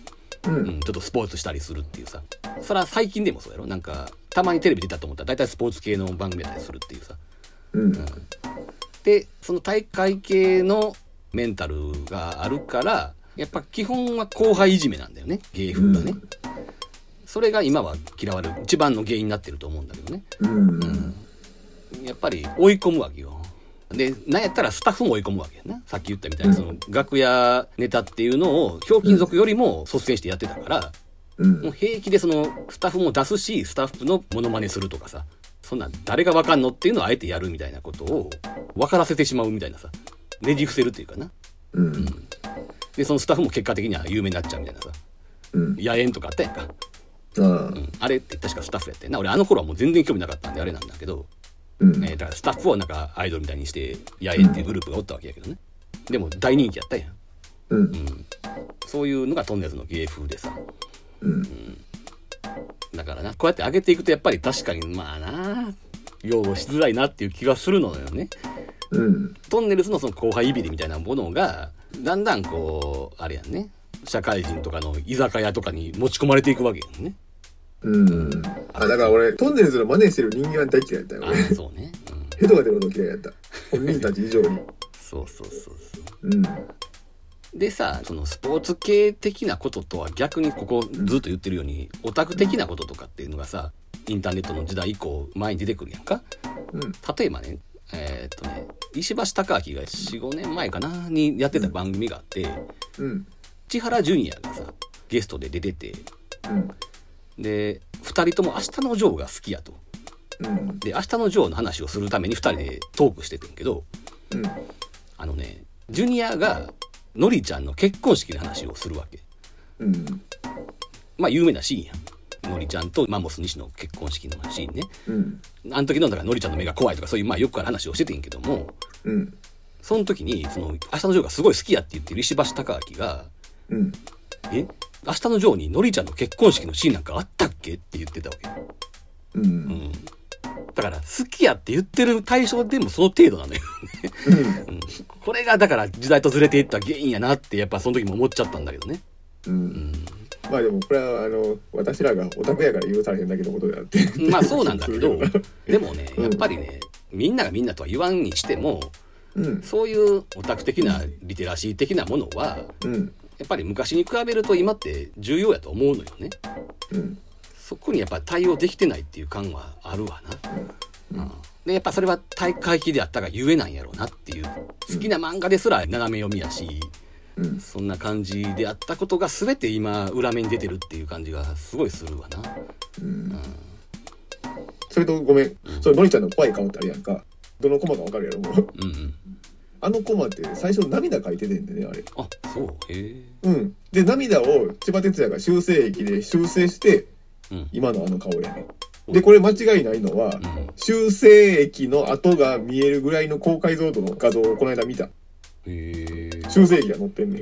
S2: う
S3: う
S2: んん、ちょっとスポーツしたりするっていうさそれは最近でもそうやろなんかたまにテレビ出たと思ったら大体スポーツ系の番組やったりするっていうさ
S3: うん
S2: でその大会系のメンタルがあるからやっぱ基本は後輩いじめなんだよね芸風がね、
S3: う
S2: それが今は嫌われる一番の原因になってると思うんだけどね
S3: うん
S2: やっぱり追い込むわけよでなんやったらスタッフも追い込むわけやなさっき言ったみたいにその楽屋ネタっていうのをひょうきん族よりも率先してやってたから
S3: うん
S2: もう平気でそのスタッフも出すしスタッフのモノマネするとかさそんなん誰がわかんのっていうのをあえてやるみたいなことを分からせてしまうみたいなさねじ伏せるっていうかな
S3: うん
S2: でそのスタッフも結果的には有名になっちゃうみたいなさ
S3: うん
S2: 野縁とかあったやんか、
S3: あ
S2: う
S3: あ
S2: ん、あれって確かスタッフやってんな俺あの頃はもう全然興味なかったんであれなんだけど
S3: うん
S2: えーだからスタッフをなんかアイドルみたいにして野縁っていうグループがおったわけやけどねでも大人気やったやん、
S3: うん
S2: うん、そういうのがトンネルズの芸風でさ
S3: うん
S2: だからなこうやって上げていくとやっぱり確かにまあな擁護しづらいなっていう気がするのよね
S3: うん
S2: トンネルズのその後輩いびりみたいなものがだんだんこうあれやんね社会人とかの居酒屋とかに持ち込まれていくわけやんね
S3: うんあだから俺トンネルズの真似してる人間は大嫌いだったよ
S2: あ
S3: 俺
S2: あそうね、うん、
S3: ヘドが出るほど嫌いだった本人たち以上に
S2: そうそうそうそう
S3: うん
S2: でさそのスポーツ系的なこととは逆にここずっと言ってるようにオタク的なこととかっていうのがさインターネットの時代以降前に出てくるやんか
S3: うん
S2: 例えばねえーっとね石橋貴明が45年前かなにやってた番組があって
S3: うん
S2: 千原ジュニアがさゲストで出てて
S3: うん
S2: で2人とも「明日のジョー」が好きやと。
S3: うん
S2: で「明日のジョー」の話をするために2人でトークしててんけど
S3: うん
S2: あのねジュニアがのりちゃんの結婚式の話をするわけ。
S3: うん
S2: まあ有名なシーンやん。のりちゃんとマンモス西の結婚式のシーンね。
S3: うん
S2: あの時のだからのりちゃんの目が怖いとかそういうまあよくある話をしててんけども、
S3: うん
S2: その時にその明日のジョーがすごい好きやって言ってる石橋貴明が、
S3: うん
S2: え明日のジョーにのりちゃんの結婚式のシーンなんかあったっけって言ってたわけ。う
S3: う
S2: んん。だから好きやって言ってる対象でもその程度なのよ。うん。これがだから時代とずれていった原因やなってやっぱその時も思っちゃったんだけどね。
S3: うん
S2: うん。
S3: まあでもこれはあの私らがオタクやから許されへんだけのことであって
S2: まあそうなんだけ [LAUGHS] どでもね
S3: うん
S2: やっぱりねみんながみんなとは言わんにしても
S3: うん
S2: そういうオタク的なリテラシー的なものは
S3: うん
S2: やっぱり昔に比べると今って重要やと思うのよね
S3: うん
S2: そこにやっぱ対応できてないっていう感はあるわな、うん、でやっぱそれは大会期であったがゆえなんやろうなっていう好きな漫画ですら斜め読みやし
S3: うん
S2: そんな感じであったことが全て今裏目に出てるっていう感じがすごいするわな
S3: うんそれとごめんそれのりちゃんの怖い顔ってあるやんかどのコマかわかるやろもう
S2: うんうん
S3: あのコマって最初涙かいててんでねあれ
S2: あそうへえ
S3: うんで涙を千葉哲也が修正液で修正して
S2: うん
S3: 今のあの顔やねでこれ間違いないのは
S2: うん
S3: 修正液の跡が見えるぐらいの高解像度の画像をこの間見た
S2: へえ
S3: 修正液が載ってんねん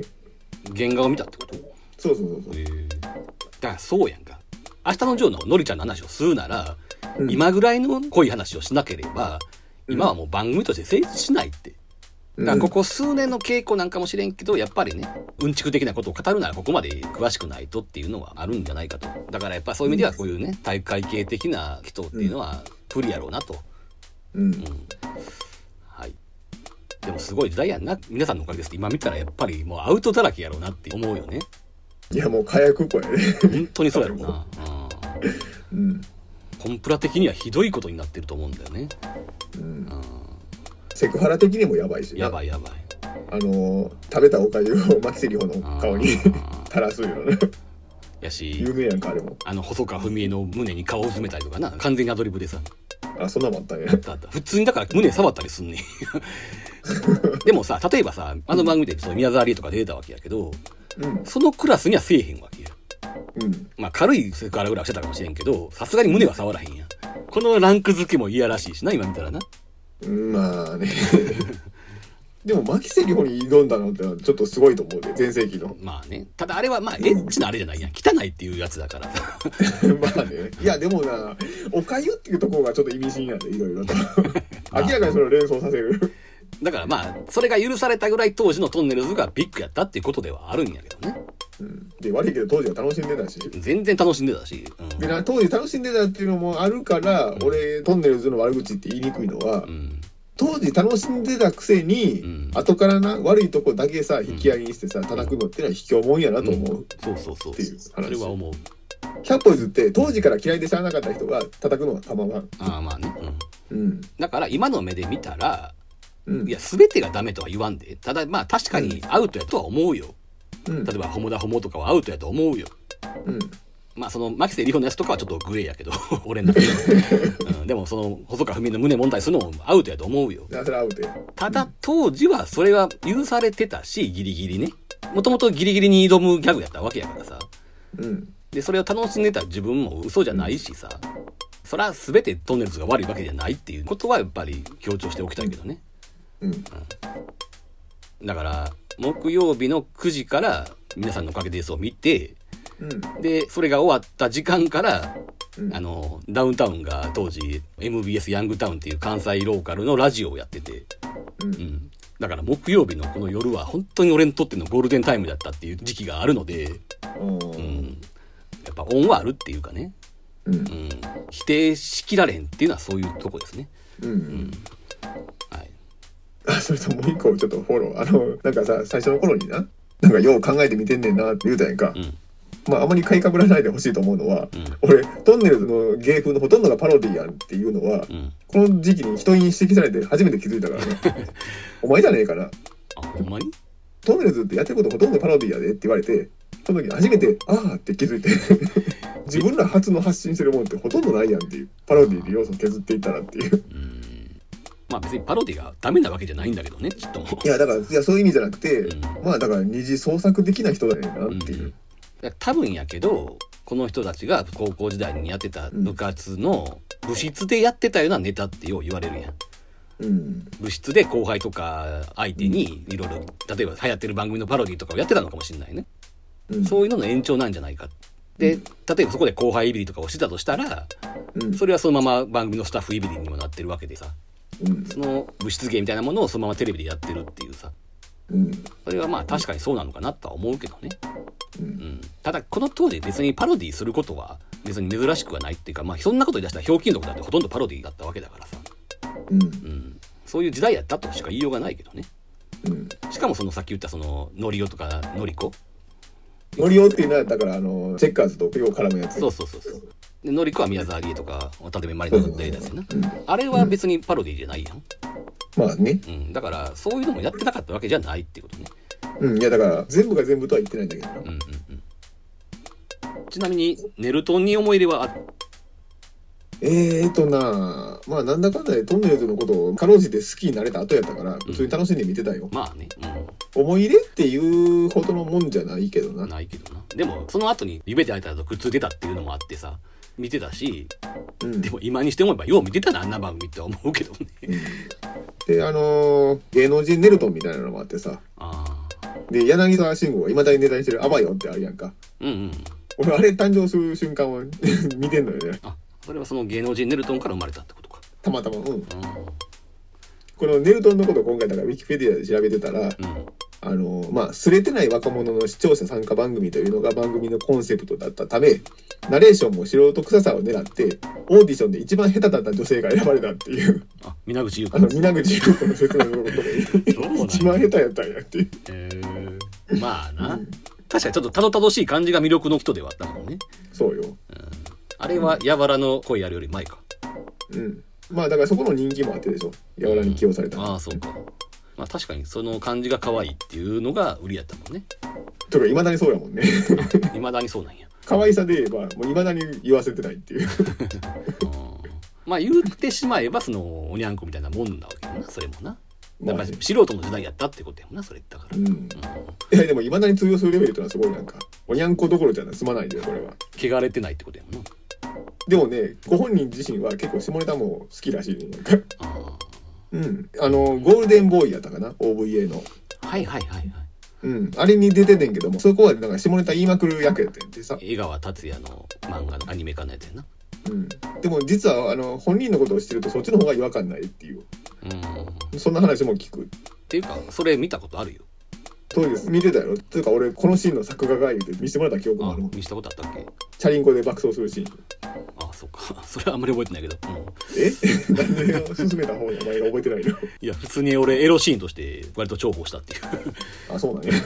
S2: 原画を見たってこと
S3: そうそうそうそう
S2: へえだからそうやんか明日のジョーののりちゃんの話をするなら、
S3: うん
S2: 今ぐらいの濃い話をしなければ
S3: うん
S2: 今はもう番組として成立しないってだからここ数年の傾向なんかもしれんけどやっぱりねうんちく的なことを語るならここまで詳しくないとっていうのはあるんじゃないかとだからやっぱそういう意味ではこういうね大会系的な人っていうのは不利やろうなと、
S3: うん
S2: うんはい。でもすごい時代やんな。皆さんのおかげですって今見たらやっぱりもうアウトだらけやろうなって思うよね。
S3: いやもう火薬庫やね
S2: 本当にそうやろうな。うん
S3: うん
S2: コンプラ的にはひどいことになってると思うんだよね。
S3: うん
S2: うん
S3: セクハラ的にもやばいしな
S2: やばいやばい。
S3: あのー食べたおかゆを牧瀬里穂の顔に
S2: あ
S3: 垂らすような
S2: やし
S3: 有、名やんかあれも
S2: あの細川文江の胸に顔を詰めたりとかな。完全にアドリブでさ。
S3: あそんなんもあったんや
S2: だった普通にだから胸触ったりすん [LAUGHS] ねん。でもさ、例えばさ、あの番組でその宮沢りえとか出てたわけやけど、
S3: うん
S2: そのクラスにはせえへんわけや。
S3: うん
S2: まあ軽いセクハラぐらいはしてたかもしれんけど、さすがに胸は触らへんやん。このランク付けもいやらしいしな、今見たらな。
S3: うんまあねでも牧瀬里穂に挑んだのってのはちょっとすごいと思うで全盛期
S2: [LAUGHS]
S3: の
S2: まあね。ただあれはまあエッチなあれじゃないやん。汚いっていうやつだから。
S3: まあねいやでもなおかゆっていうところがちょっと意味深やでいろいろと明らかにそれを連想させる
S2: だからまあ、それが許されたぐらい当時のトンネルズがビッグやったっていうことではあるんやけどね。
S3: うんで悪いけど当時は楽しんでたし
S2: 全然楽しんでたし。うん
S3: でな当時楽しんでたっていうのもあるから、俺トンネルズの悪口って言いにくいのは、
S2: うん。
S3: 当時楽しんでたくせに、
S2: うん
S3: 後からな悪いとこだけさ引き合いにしてさ叩くのってのは卑怯もんやなと思う、
S2: そうそうそう。
S3: っていう
S2: そ
S3: 話
S2: れは思う。
S3: キャッポイズって当時から嫌いで知らなかった人が叩くのはたまらん
S2: ああまあね。うん。
S3: うん
S2: だから今の目で見たら、
S3: うん
S2: いや、全てがダメとは言わんで。ただまあ確かにアウトやとは思うよ。
S3: うん
S2: 例えば、ホモだホモとかはアウトやと思うよ。
S3: うん
S2: まあその、牧瀬里穂のやつとかはちょっとグレーやけど、 [LAUGHS] 俺の中では、うん。でもその、細川文の胸問題するのもアウトやと思うよ。
S3: なそれアウトや
S2: ただ当時はそれは許されてたしギリギリねもともとギリギリに挑むギャグやったわけやからさ
S3: うん
S2: でそれを楽しんでた自分も嘘じゃないしさそら全てトンネルズが悪いわけじゃないっていうことはやっぱり強調しておきたいけどね
S3: うん
S2: だから木曜日の9時から「皆さんのおかげです」を見て
S3: うん
S2: でそれが終わった時間から
S3: うん
S2: あのダウンタウンが当時 MBS ヤングタウンっていう関西ローカルのラジオをやってて
S3: う
S2: うんん、だから木曜日のこの夜は本当に俺にとってのゴールデンタイムだったっていう時期があるので、
S3: う
S2: うんん、やっぱ恩はあるっていうかね、
S3: うん
S2: うん、否定しきられへんっていうのはそういうとこですね。
S3: うん
S2: はい、
S3: あそれともう一個ちょっとフォローあのなんかさ最初の頃にななんかよう考えてみてんねんなって言うたやんか、
S2: うん
S3: まああまり買いかぶらないでほしいと思うのは
S2: うん
S3: 俺トンネルズの芸風のほとんどがパロディやんっていうのは
S2: うん、
S3: この時期に人に指摘されて初めて気づいたから
S2: [LAUGHS]
S3: ねお前じゃねえかな
S2: あほんまに
S3: トンネルズってやってることほとんどパロディやでって言われてその時初めてああって気 [LAUGHS] づいて自分ら初の発信してるもんってほとんどないやんっていうパロディで要素削っていったらっていう
S2: うんまあ別にパロディがダメなわけじゃないんだけどねちっとも。
S3: いやだからいやそういう意味じゃなくて、
S2: うん
S3: まあだから二次創作できない人だよなっていう。
S2: うん多分やけどこの人たちが高校時代にやってた部活の部室でやってたようなネタってよう言われるやん。
S3: うん
S2: 部室で後輩とか相手にいろいろ例えば流行ってる番組のパロディとかをやってたのかもしれないね、
S3: うん
S2: そういうのの延長なんじゃないかで例えばそこで後輩いびりとかをしてたとしたら
S3: うん
S2: それはそのまま番組のスタッフいびりにもなってるわけでさ
S3: うん
S2: その部室芸みたいなものをそのままテレビでやってるっていうさ
S3: うん
S2: それはまあ確かにそうなのかなとは思うけどね、
S3: うん
S2: うん、ただこの当時別にパロディすることは別に珍しくはないっていうかまあそんなこと言い出したらひょうきん族だってほとんどパロディだったわけだからさ、
S3: うん
S2: うん、そういう時代やったとしか言いようがないけどね
S3: うん
S2: しかもそのさっき言ったそのノリオとかノリコ
S3: ノリオっていうのはだからあのチェッカーズとよう絡むやつ
S2: そうそうそうそうでノリコは宮沢りえとか渡辺満里奈の例ですよね
S3: うん
S2: あれは別にパロディじゃないやん、
S3: まあね
S2: うん、だからそういうのもやってなかったわけじゃないってことね
S3: うんいやだから全部が全部とは言ってないんだけどな
S2: うんうんうんちなみにネルトンに思い入れはある
S3: えーとなまあなんだかんだでトンネルズのことをかろうじて好きになれた後やったから普通に楽しんで見てたよ、
S2: まあね、
S3: 思い入れっていうほどのもんじゃないけど
S2: う、
S3: なん
S2: ないけどなでもその後に「夢で会えたら」とくっついてたっていうのもあってさ見てたし
S3: うん
S2: でも今にして思えばよう見てたなあんな番組って思うけどね
S3: であのー芸能人ネルトンみたいなのもあってさ
S2: ああ
S3: で柳沢慎吾がいまだにネタにしてる「あばよ」ってあるやんか
S2: うんうん
S3: 俺あれ誕生する瞬間を [LAUGHS] 見てんのよね
S2: あそれはその芸能人ネルトンから生まれたってことか
S3: たまたまうん
S2: う
S3: このネルトンのことを今回だからウィキペディアで調べてたら
S2: んうん
S3: あのまあすれてない若者の視聴者参加番組というのが番組のコンセプトだったためナレーションも素人臭さを狙ってオーディションで一番下手だった女性が選ばれたっていう
S2: あ皆口優
S3: あ
S2: 子
S3: の皆口優子の説明のことで
S2: そうなんや
S3: 一番下手やったんやっていう
S2: えーまあな、確かにちょっとたどたどしい感じが魅力の人ではあったもんね
S3: そうよ
S2: あれはやばらの恋やるより前か
S3: うんまあだからそこの人気もあってでしょ柔らに起用された、
S2: ああそうかまあ確かにその感じが可愛いっていうのが売りやったもんね
S3: とかいまだにそうやもんね
S2: いまだにそうなんや
S3: 可愛さで言えばもういまだに言わせてないっていう
S2: うんまあ言ってしまえばそのおにゃんこみたいなもんなわけよなそれもなだから
S3: まあね
S2: 素人の時代やったってことやもんなそれだから、
S3: う
S2: うん
S3: んいやでもいまだに通用するレベルってのはすごいなんかおにゃんこどころじゃない済まないでこれは
S2: 汚れてないってことやもんな
S3: でもねご本人自身は結構下ネタも好きらしいねなんか
S2: あ
S3: うん。あの、ゴールデンボーイやったかな ?OVA の。
S2: はいはいはいはい。
S3: うん。あれに出てんねんけども、そこはなんか下ネタ言いまくる役やってんでさ。
S2: 江川達也の漫画のアニメ化のやつやな。
S3: うん。でも実は、あの、本人のことを知ってるとそっちの方が違和感ないっていう。
S2: うん。っ
S3: そんな話も聞く。
S2: ていうか、それ見たことあるよ。
S3: そうです。見てたよ。というか俺、このシーンの作画会議で見せてもらった記憶も
S2: あ
S3: あるもん、
S2: 見したことあったっけ
S3: チャリンコで爆走するシーン。
S2: あ、そっか。それはあんまり覚えてないけど。うん
S3: え [LAUGHS] なんで進めた方の名前が覚えてないの
S2: いや、普通に俺エロシーンとして割と重宝したっていう。
S3: あ、そうなんや。 [LAUGHS]
S2: い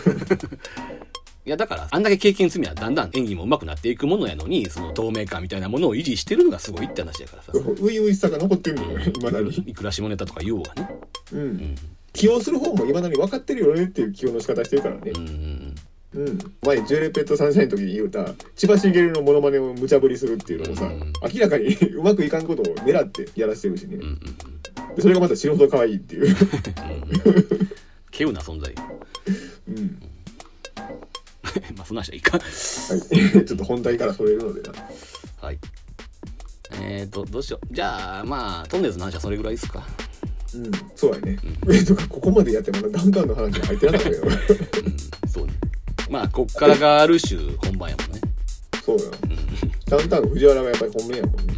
S2: や、だから、あんだけ経験積みはだんだん演技も上手くなっていくものやのに、その透明感みたいなものを維持してるのがすごいって話やからさ。
S3: ういういしさが残ってるんだよ、いまだに。
S2: いくら下ネタとか言おうがね。
S3: う。
S2: うんん。
S3: 起用する方もいまだに分かってるよねっていう起用の仕方してるからね
S2: う。ん。
S3: うん。前、ジュエルペットサンシャインの時に言うた、千葉茂のモノマネを無茶ぶりするっていうのもさ、
S2: うん
S3: 明らかに [LAUGHS] うまくいかんことを狙ってやらせてるし
S2: うん。う
S3: ね。
S2: ん。
S3: でそれがまた死ぬほど可愛いって [LAUGHS] いう。
S2: うん。稀有な存在。
S3: うん。
S2: まあ、そんな話はいいか。
S3: はい。 [LAUGHS] ちょっと本題からそれるのでな。
S2: はい。えーと、どうしよう。じゃあ、まあ、トンネルズの話はそれぐらいですか。
S3: うん。そうやね。え、とか、ここまでやってまだダウンタウンの話が入ってなかったよ。 [LAUGHS]
S2: うん。そうね。まあ、こっからがある種本番やもんね。
S3: そうや。ダウンタウン藤原がやっぱり本命やもんね。